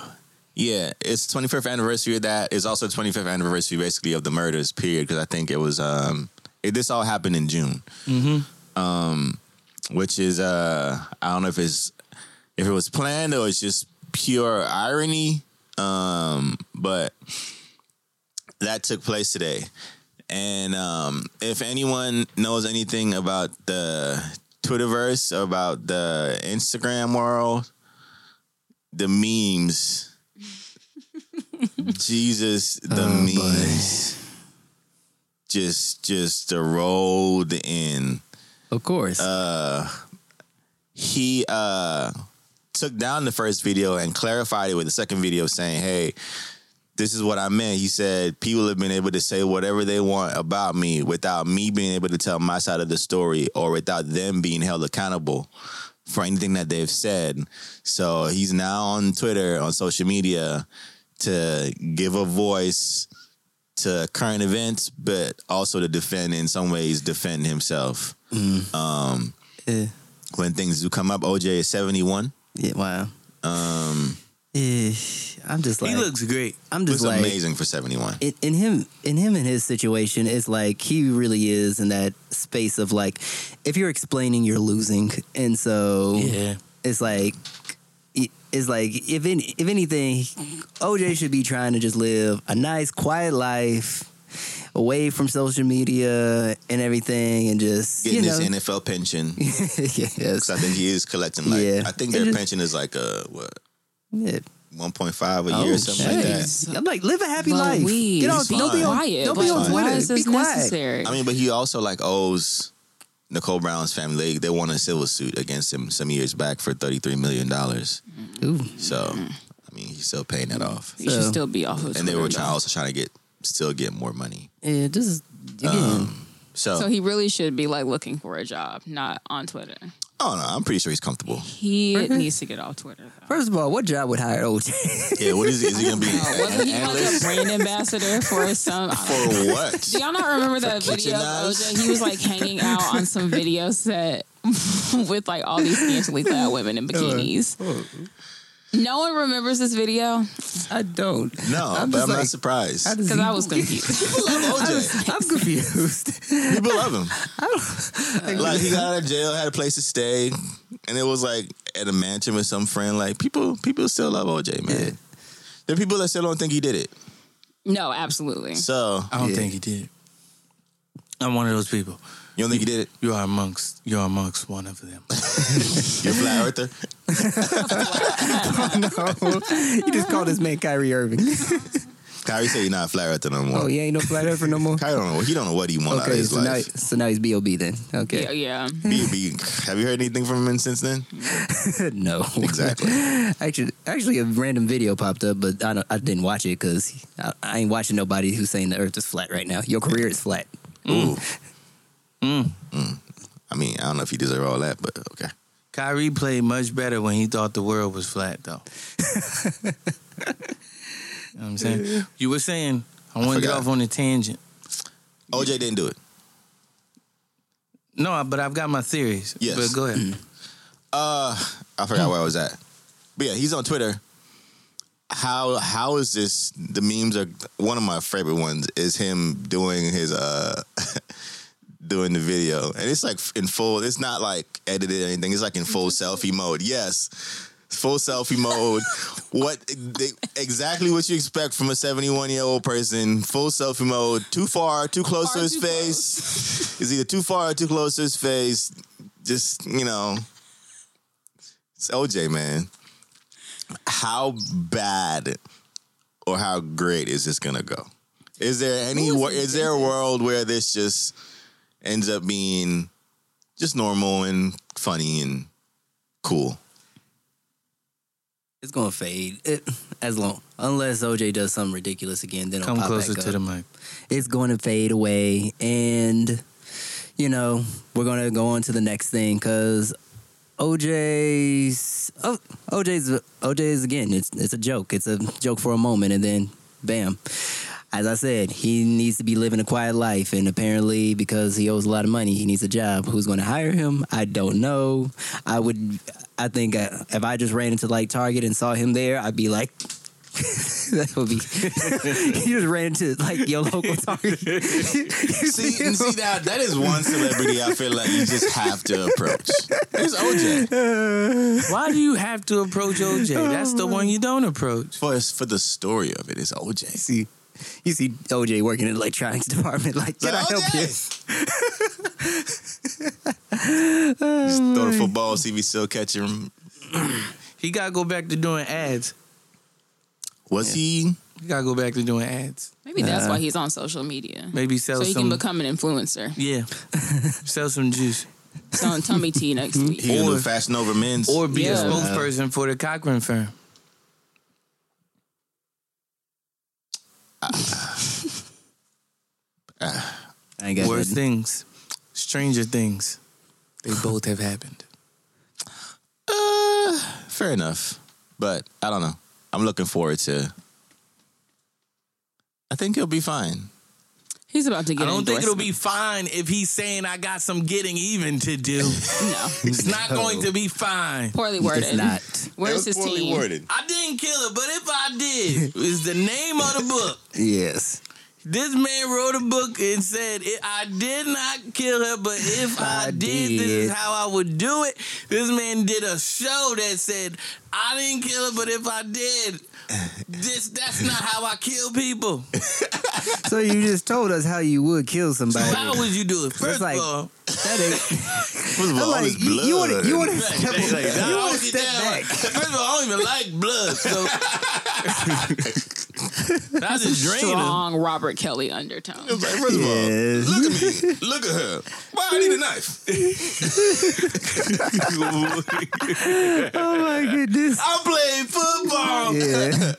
Speaker 4: yeah, it's 25th anniversary of that. It's also 25th anniversary, basically, of the murders. Period, because I think it was um, it, this all happened in June, um, which is uh, I don't know if it's if it was planned or it's just pure irony, um, but that took place today. And um, if anyone knows anything about the Twitterverse, about the Instagram world, the memes. Jesus, the memes. Just just rolled in.
Speaker 2: Of course.
Speaker 4: He uh took down the first video and clarified it with the second video saying, Hey, this is what I meant. He said, People have been able to say whatever they want about me without me being able to tell my side of the story or without them being held accountable for anything that they've said. So he's now on Twitter, on social media, to give a voice to current events, but also to defend, in some ways, defend himself. Um,
Speaker 2: Yeah.
Speaker 4: When things do come up, OJ is 71.
Speaker 2: yeah, wow. Eh, I'm just like
Speaker 3: he looks great.
Speaker 2: I'm
Speaker 4: Looks
Speaker 2: just like
Speaker 4: amazing for 71.
Speaker 2: in, in him in him in his situation it's like he really is in that space of like if you're explaining you're losing and so
Speaker 3: Yeah.
Speaker 2: it's like it- it's like if any, if anything OJ should be trying to just live a nice quiet life away from social media and everything and just
Speaker 4: Getting
Speaker 2: you know
Speaker 4: his
Speaker 2: [laughs]
Speaker 4: NFL pension.
Speaker 2: yes
Speaker 4: 'cause I think he is collecting like
Speaker 2: Yeah.
Speaker 4: I think
Speaker 2: It
Speaker 4: their
Speaker 2: is-
Speaker 4: pension is like a what
Speaker 2: Yeah.
Speaker 4: 1.5 a
Speaker 2: Oh,
Speaker 4: year or something like that.
Speaker 5: jeez.
Speaker 2: I'm like live a happy life
Speaker 5: Louise,
Speaker 2: Get on-
Speaker 5: be
Speaker 2: don't be on,
Speaker 5: quiet.
Speaker 2: don't be
Speaker 5: Like,
Speaker 2: on Twitter
Speaker 5: Why is
Speaker 2: be
Speaker 5: this
Speaker 2: quiet
Speaker 5: necessary?
Speaker 4: I mean, but he also like owes Nicole Brown's family. They, they won a civil suit against him some years back for thirty three million dollars.
Speaker 2: Mm-hmm. Ooh.
Speaker 4: So I mean, he's still paying that off,
Speaker 5: you should
Speaker 2: so-
Speaker 5: still be off of
Speaker 4: and they were
Speaker 5: Twitter,
Speaker 4: trying,
Speaker 5: though.
Speaker 4: also trying to get still get more money.
Speaker 2: yeah just again
Speaker 4: Um, So,
Speaker 5: So he really should be like looking for a job, not on Twitter.
Speaker 4: oh no, I'm pretty sure
Speaker 2: [laughs]
Speaker 4: he's comfortable.
Speaker 5: He needs to get off Twitter. Though.
Speaker 2: First of all, what job would hire OJ?
Speaker 4: Yeah, what is he, is he gonna be?
Speaker 5: Oh, wasn't he like a
Speaker 4: analyst
Speaker 5: brand ambassador for
Speaker 4: [laughs]
Speaker 5: some?
Speaker 4: for what?
Speaker 5: Do y'all not remember that
Speaker 4: For kitchen
Speaker 5: video of
Speaker 4: knives?
Speaker 5: OJ? He was like hanging out on some video set [laughs] with like all these scantily clad women in bikinis. No one remembers this video
Speaker 2: [laughs] I don't.
Speaker 4: No,
Speaker 2: [laughs] I'm
Speaker 4: but
Speaker 2: just
Speaker 4: I'm not
Speaker 2: like-
Speaker 4: surprised.
Speaker 2: How does
Speaker 5: because
Speaker 2: he-
Speaker 5: I was confused.
Speaker 4: People love OJ.
Speaker 2: I'm confused. [laughs]
Speaker 4: People
Speaker 3: [laughs]
Speaker 4: love him.
Speaker 3: Oh.
Speaker 4: like he got out of jail, had a place to stay, and it was like at a mansion with some friend. Like people, people still love OJ, man. There are people that still don't think he did it.
Speaker 5: No, absolutely.
Speaker 4: So
Speaker 3: I don't
Speaker 2: Yeah.
Speaker 3: think he did. I'm one of those people.
Speaker 4: you don't think he did it?
Speaker 3: You are amongst you are amongst one of them.
Speaker 4: You're
Speaker 3: [laughs]
Speaker 4: a flat earther.
Speaker 2: you just called this man Kyrie Irving.
Speaker 4: Kyrie said you're not a flat earther no more.
Speaker 2: oh, he ain't no flat earther no more.
Speaker 4: Kyrie don't know. He don't know what he want out of
Speaker 2: Okay,
Speaker 4: his
Speaker 2: so now,
Speaker 4: life.
Speaker 2: so now he's Bob then.
Speaker 5: Yeah,
Speaker 2: Okay,
Speaker 5: yeah.
Speaker 4: B, B, have you heard anything from him since then?
Speaker 3: [laughs]
Speaker 2: [laughs] no,
Speaker 4: Exactly.
Speaker 2: actually, actually, a random video popped up, but I don't, I didn't watch it because I, I ain't watching nobody who's saying the Earth is flat right now. Your career is flat.
Speaker 4: Ooh. Mm. I mean, I don't know if you deserve all that, but okay.
Speaker 3: Kyrie played much better when he thought the world was flat, though. you know what I'm saying? You were saying, I want to get
Speaker 4: forgot.
Speaker 3: off on a tangent.
Speaker 4: OJ didn't do it.
Speaker 3: No, I- but I've got my theories.
Speaker 4: Yes.
Speaker 3: But go ahead.
Speaker 4: Uh, I forgot where I was at. But yeah, he's on Twitter. How how is this? The memes are one of my favorite ones. Is him doing his uh [laughs] doing the video, and it's like in full. It's not like edited or anything. It's like in full selfie mode. Yes, full selfie
Speaker 5: [laughs]
Speaker 4: mode. what they, exactly what you expect from a seventy one year old person? Full selfie mode. Too far, too close
Speaker 5: Far
Speaker 4: to his
Speaker 5: too
Speaker 4: face. [laughs] Is either too far or too close to his face. Just you know. It's OJ, man. How bad or how great is this gonna go? Is there any wor- is there a world where this just ends up being just normal and funny and cool?
Speaker 2: It's gonna fade it, as long unless OJ does something ridiculous again. Then it'll
Speaker 3: Come
Speaker 2: pop
Speaker 3: closer
Speaker 2: back
Speaker 3: to
Speaker 2: up.
Speaker 3: the mic.
Speaker 2: it's going to fade away and you know we're going to go on to the next thing because oj's oh, oj's oj's again it's it's a joke it's a joke for a moment and then bam as i said he needs to be living a quiet life and apparently because he owes a lot of money he needs a job who's going to hire him i don't know i would i think uh if i just ran into like target and saw him there i'd be like [laughs] that would be [laughs] you just ran into like your local target You
Speaker 4: See,
Speaker 2: see
Speaker 4: and
Speaker 2: him?
Speaker 4: see that that is one celebrity I feel like you just have to approach. It's OJ
Speaker 3: Why do you have to approach OJ? That's the one you don't approach.
Speaker 4: for for the story of it. It's OJ.
Speaker 2: see you see OJ working in the electronics [laughs] department. Like, can I help you?
Speaker 4: Just throw the football, see if he still catch him.
Speaker 3: He got to go back to doing ads.
Speaker 4: Was he?
Speaker 3: He got to go back to doing ads.
Speaker 5: Maybe that's why he's on social media.
Speaker 3: Maybe sell
Speaker 5: So he
Speaker 3: some.
Speaker 5: can become an influencer.
Speaker 3: yeah. sell some juice.
Speaker 5: Selling tummy tea next week.
Speaker 4: He
Speaker 3: Or-
Speaker 4: or, fashion over men's.
Speaker 3: Or be a
Speaker 5: Yeah.
Speaker 3: spokesperson for the Cochran firm.
Speaker 2: I ain't got
Speaker 3: Worse
Speaker 2: nothing.
Speaker 3: things, stranger things. They both have happened.
Speaker 4: Uh, fair enough. But I don't know. I'm looking forward to. I think he'll be fine.
Speaker 5: He's He's about to get.
Speaker 3: I don't
Speaker 5: an
Speaker 3: think it'll be
Speaker 5: endorsement.
Speaker 3: fine if he's saying I got some getting even to do.
Speaker 5: no
Speaker 3: It's not going to be fine.
Speaker 5: poorly worded.
Speaker 2: It's not.
Speaker 5: Where's
Speaker 4: That was
Speaker 5: his
Speaker 4: poorly
Speaker 5: team?
Speaker 4: worded.
Speaker 3: I didn't kill her, but if I did, is the name of the book.
Speaker 2: Yes.
Speaker 3: This man wrote a book and said, "I- "I did not kill her, but if I,
Speaker 2: I
Speaker 3: did, this is
Speaker 2: did.
Speaker 3: how I would do it." This man did a show that said, "I didn't kill her, but if I did, this that's not how I kill
Speaker 2: [laughs]
Speaker 3: people."
Speaker 2: So you just told us how you would kill somebody.
Speaker 3: How would you do it? First
Speaker 2: like-
Speaker 3: of all,
Speaker 2: That
Speaker 4: [laughs]
Speaker 2: ain't.
Speaker 4: First of
Speaker 2: I'm
Speaker 4: all, all
Speaker 2: like,
Speaker 4: this
Speaker 2: you-
Speaker 4: blood.
Speaker 2: you want to you want to
Speaker 3: Right,
Speaker 2: step,
Speaker 3: right, right.
Speaker 2: you
Speaker 3: I
Speaker 2: want
Speaker 3: don't
Speaker 2: to
Speaker 3: get
Speaker 2: step
Speaker 3: down.
Speaker 2: back.
Speaker 3: First of all, I don't even like blood,
Speaker 2: [laughs]
Speaker 3: so I just drain her.
Speaker 5: Strong Robert Kelly undertone.
Speaker 4: It's like, first of all,
Speaker 2: Yes.
Speaker 4: look at me. Look at her. Why I need a knife?
Speaker 2: Oh my goodness.
Speaker 4: I played
Speaker 3: Oh.
Speaker 4: football.
Speaker 2: Yeah.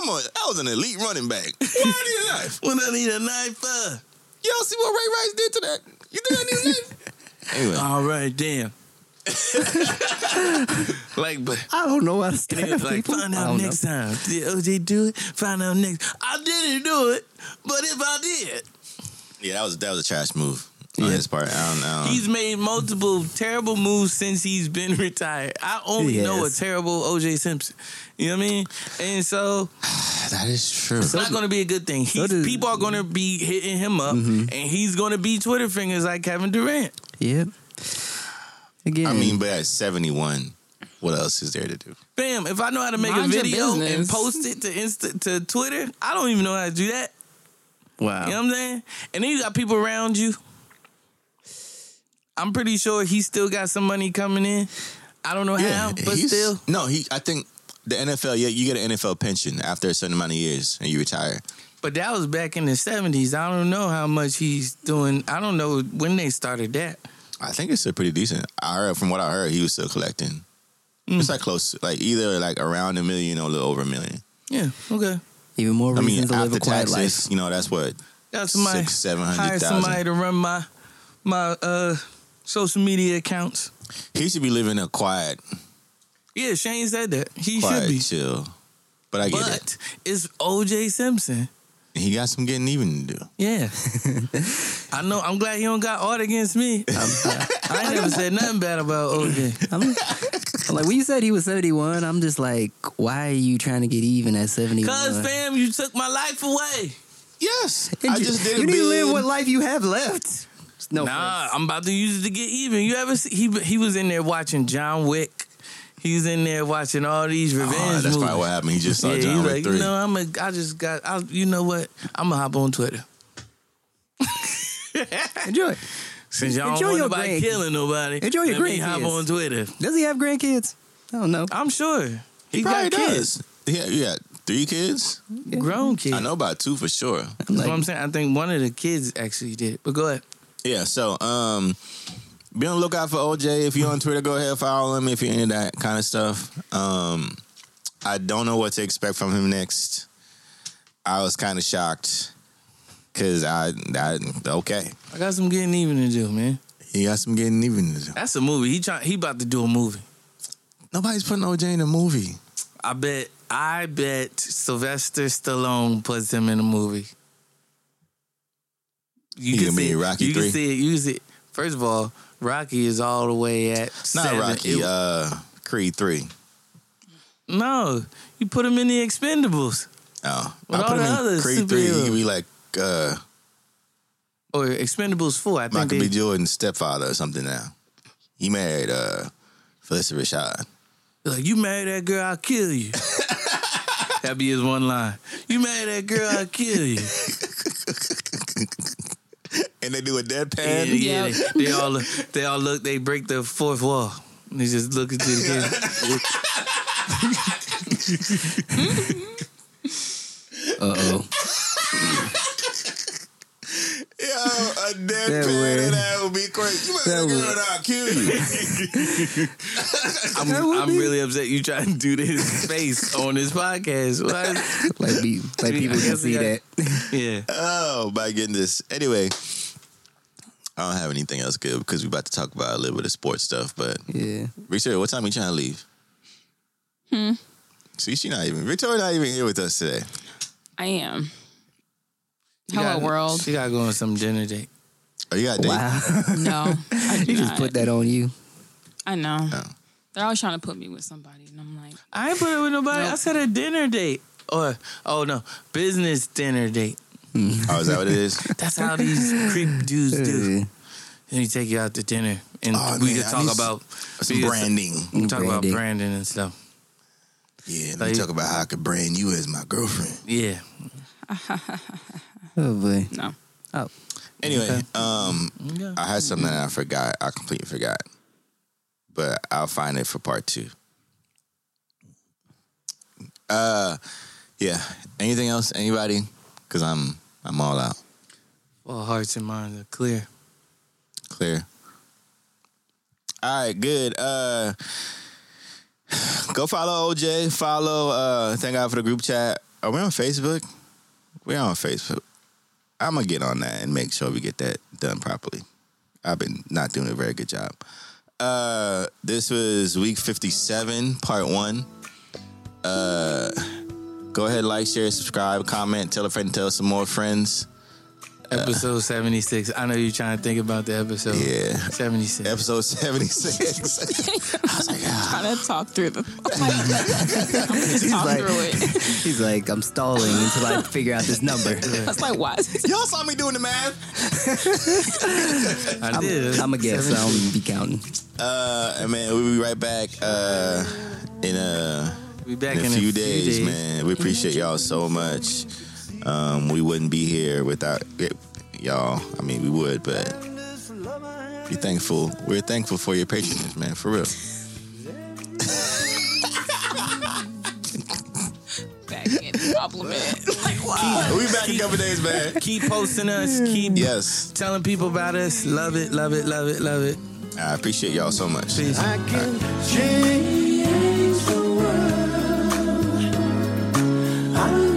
Speaker 4: I'm a, I was an elite running back. Why I need a knife?
Speaker 3: When I need a knife, uh. for?
Speaker 4: Y'all see what Ray Rice did to that? You think I need a knife? [laughs] Um, Anyway,
Speaker 3: all right, damn.
Speaker 4: like, but
Speaker 2: I don't know how to stab
Speaker 3: Niggas like,
Speaker 2: people.
Speaker 3: find
Speaker 2: I
Speaker 3: out
Speaker 2: don't know.
Speaker 3: next time. Did OJ do it? Find out next. I didn't do it, but if I did,
Speaker 4: yeah, that was that was a trash move on his part. I don't know.
Speaker 3: he's made multiple terrible moves since he's been [laughs] retired. I only
Speaker 2: He
Speaker 3: know a
Speaker 2: has.
Speaker 3: terrible OJ Simpson. You know what I mean? And so
Speaker 4: that is true.
Speaker 3: it's not going to be a good thing. He's,
Speaker 2: does-
Speaker 3: people are going to be hitting him up,
Speaker 2: Mm-hmm.
Speaker 3: and he's going to be Twitter fingers like Kevin Durant.
Speaker 2: Yep. Again.
Speaker 4: I mean, but at 71, what else is there to do?
Speaker 3: Bam! If I know how to make
Speaker 5: Mind
Speaker 3: a
Speaker 5: your
Speaker 3: video and
Speaker 5: business.
Speaker 3: post it to Insta to Twitter, I don't even know how to do that.
Speaker 2: wow.
Speaker 3: You know what I'm saying? And then you got people around you. I'm pretty sure he still got some money coming in. I don't know how, but
Speaker 4: he's-
Speaker 3: still.
Speaker 4: No, he. I think the NFL. Yeah, you get an NFL pension after a certain amount of years, and you retire.
Speaker 3: But that was back in the 70s. I don't know how much he's doing. I don't know when they started that.
Speaker 4: I think it's still pretty decent. I heard from what I heard, he was still collecting.
Speaker 3: Hmm.
Speaker 4: It's like close, like either like around a million or a little over a million.
Speaker 3: Yeah, okay.
Speaker 2: Even more
Speaker 4: I
Speaker 2: reason
Speaker 4: mean,
Speaker 2: to live
Speaker 4: after
Speaker 2: a quiet
Speaker 4: taxes,
Speaker 2: life.
Speaker 4: you know, that's what
Speaker 3: Got somebody
Speaker 4: six, seven
Speaker 3: hire
Speaker 4: hundred
Speaker 3: somebody
Speaker 4: thousand.
Speaker 3: to run my my uh social media accounts.
Speaker 4: He should be living a quiet,
Speaker 3: Yeah, Shane said that. He should
Speaker 4: quiet,
Speaker 3: be.
Speaker 4: chill. But I get
Speaker 3: But it's OJ Simpson.
Speaker 4: it. He got some getting even to do. [laughs]
Speaker 3: Yeah. I know. I'm glad he don't got art against
Speaker 4: [laughs]
Speaker 3: me. I ain't never said nothing bad about OJ.
Speaker 2: I'm, I'm like when you said he was seventy one, I'm just like, why are you trying to get even at seventy
Speaker 3: Cuz,
Speaker 2: one?
Speaker 3: fam, you took my life away.
Speaker 4: Yes, I just did
Speaker 2: You
Speaker 4: a
Speaker 2: need to
Speaker 4: bid.
Speaker 2: live what life you have left. No,
Speaker 3: nah,
Speaker 2: offense.
Speaker 3: I'm about to use it to get even. You ever see? He, he was in there watching John Wick. He's in there watching all these revenge
Speaker 4: Oh, that's
Speaker 3: movies.
Speaker 4: probably what happened. He just saw
Speaker 3: yeah,
Speaker 4: John
Speaker 3: he's
Speaker 4: Wick
Speaker 3: like,
Speaker 4: three.
Speaker 3: you know, I'm a, I just got, I, you know what? I'm gonna hop on Twitter.
Speaker 2: enjoy. it.
Speaker 3: Since y'all don't want
Speaker 2: Enjoy your
Speaker 3: nobody
Speaker 2: grand-
Speaker 3: killing nobody,
Speaker 2: enjoy your
Speaker 3: let me hop
Speaker 2: grandkids.
Speaker 3: on Twitter.
Speaker 2: Does he have grandkids? I don't know.
Speaker 3: I'm sure he,
Speaker 4: He
Speaker 3: got
Speaker 4: probably
Speaker 3: kids,
Speaker 4: does. Yeah, you got three kids.
Speaker 3: grown kids.
Speaker 4: I know about two for sure.
Speaker 3: That's
Speaker 2: Like-
Speaker 3: what I'm saying. I think one of the kids actually did it. But go ahead.
Speaker 4: Yeah, so um, be on the lookout for OJ. If you're on Twitter, go ahead follow him. If you're into that kind of stuff, um, I don't know what to expect from him next. I was kind of shocked because I, I okay,
Speaker 3: I got some getting even to do, man.
Speaker 4: he got some getting even. to do.
Speaker 3: That's a movie. He try, he about to do a movie.
Speaker 4: Nobody's putting OJ in a movie.
Speaker 3: I bet I bet Sylvester Stallone puts him in a movie. You
Speaker 4: He gonna be
Speaker 3: see
Speaker 4: in
Speaker 3: it.
Speaker 4: Rocky
Speaker 3: You can
Speaker 4: III?
Speaker 3: see it. Use it. First of all, Rocky is all the way at
Speaker 4: Not
Speaker 3: seven.
Speaker 4: Rocky.
Speaker 3: It-
Speaker 4: uh, Creed three.
Speaker 3: no, you put him in the Expendables
Speaker 4: Oh,
Speaker 3: With all
Speaker 4: I put him
Speaker 3: the
Speaker 4: in
Speaker 3: other
Speaker 4: Creed three. He
Speaker 3: superheroes.
Speaker 4: could be like uh,
Speaker 3: or Expendables four. I think
Speaker 4: Michael
Speaker 3: they,
Speaker 4: B. Jordan's stepfather or something. Now he married uh, Felicity Rashad.
Speaker 3: like you marry that girl, I'll kill
Speaker 4: [laughs]
Speaker 3: you. That'd be his one line. You marry that girl, I'll kill you.
Speaker 4: and they do a
Speaker 3: Yeah,
Speaker 4: deadpan.
Speaker 3: yeah,
Speaker 5: Yep.
Speaker 3: They, [laughs] they all look, they all look. They break the fourth wall. They just look into the [laughs] camera.
Speaker 2: Uh oh.
Speaker 4: Yo, Oh, a
Speaker 2: That
Speaker 4: deadpan
Speaker 2: way.
Speaker 4: and that would be crazy. You might
Speaker 2: That
Speaker 4: look
Speaker 2: way.
Speaker 4: good, I'll kill you.
Speaker 3: I'm, I'm really upset you trying to do [laughs] this face on this podcast. What?
Speaker 2: Like, be, [laughs] like
Speaker 3: I
Speaker 2: people can
Speaker 3: guess
Speaker 2: see
Speaker 3: I
Speaker 2: that.
Speaker 3: got- Yeah,
Speaker 4: Oh my goodness. Anyway, I don't have anything else good because we're about to talk about a little bit of sports stuff. But
Speaker 2: Yeah.
Speaker 4: Victoria, what time you trying to leave? Hmm. See, she not even Victoria not even here with us today.
Speaker 5: I am. Hello,
Speaker 3: gotta-
Speaker 5: world.
Speaker 3: [laughs] She gotta go on some dinner date.
Speaker 4: Oh, you got wow.
Speaker 2: Wow.
Speaker 5: No, I do
Speaker 2: you just
Speaker 5: not.
Speaker 2: put that on you.
Speaker 5: I know. They're always trying to put me with somebody, and I'm like, [laughs]
Speaker 3: I ain't put it with nobody. I
Speaker 5: Nope.
Speaker 3: said a dinner date. Or oh no, business dinner date.
Speaker 4: Oh, is that what it
Speaker 2: [laughs]
Speaker 4: is?
Speaker 3: That's how these creep dudes do. And he take you out to dinner, and
Speaker 6: Oh,
Speaker 3: we
Speaker 6: man,
Speaker 3: could
Speaker 6: I
Speaker 3: talk
Speaker 6: need
Speaker 3: about
Speaker 4: Some
Speaker 3: Yes.
Speaker 4: branding.
Speaker 3: we could talk about
Speaker 2: Branding.
Speaker 3: branding and stuff.
Speaker 6: Yeah, let
Speaker 3: Like-
Speaker 6: me talk about how I could brand you as my girlfriend.
Speaker 3: Yeah,
Speaker 2: Oh boy.
Speaker 5: no.
Speaker 4: Anyway, um,
Speaker 3: yeah.
Speaker 4: I had something that I forgot. I completely forgot, but I'll find it for part two. Uh, yeah. Anything else? Anybody? Because I'm I'm all out.
Speaker 3: Well, hearts and minds are clear.
Speaker 4: Clear. All right, good. Uh go follow OJ. Follow uh thank God for the group chat. Are we on Facebook? We're on Facebook. I'm gonna get on that and make sure we get that done properly. I've been not doing a very good job. Uh this was week 57, part one. Uh go ahead, like, share, subscribe, comment, tell a friend, tell some more friends.
Speaker 3: Episode seventy six. I know you're trying to think about the episode.
Speaker 4: Yeah.
Speaker 3: seventy six.
Speaker 4: Episode 76.
Speaker 5: Trying to talk through [laughs] the. I'm like, talk
Speaker 2: like-
Speaker 5: through it.
Speaker 2: He's like, I'm stalling until I figure out this [laughs] number.
Speaker 5: That's like why. is
Speaker 4: [laughs]
Speaker 5: it-
Speaker 4: Y'all saw me doing the math.
Speaker 3: I
Speaker 2: I'm,
Speaker 3: did.
Speaker 2: I'm a guess. So I don't even be counting.
Speaker 4: Uh, man, we'll be right back uh, in a,
Speaker 3: Be back
Speaker 4: in a few days, man. We appreciate y'all so much. Um, we wouldn't be here without y- y'all. I mean, we would, but be thankful. We're thankful for your patronage, man, for real.
Speaker 5: Back in [laughs] compliment. Like wow.
Speaker 4: we back in a couple days, man.
Speaker 3: Keep posting us. Keep
Speaker 4: Yes,
Speaker 3: telling people about us. Love it. Love it. Love it. Love it.
Speaker 4: I appreciate y'all so much.
Speaker 3: Peace.
Speaker 1: change the world. I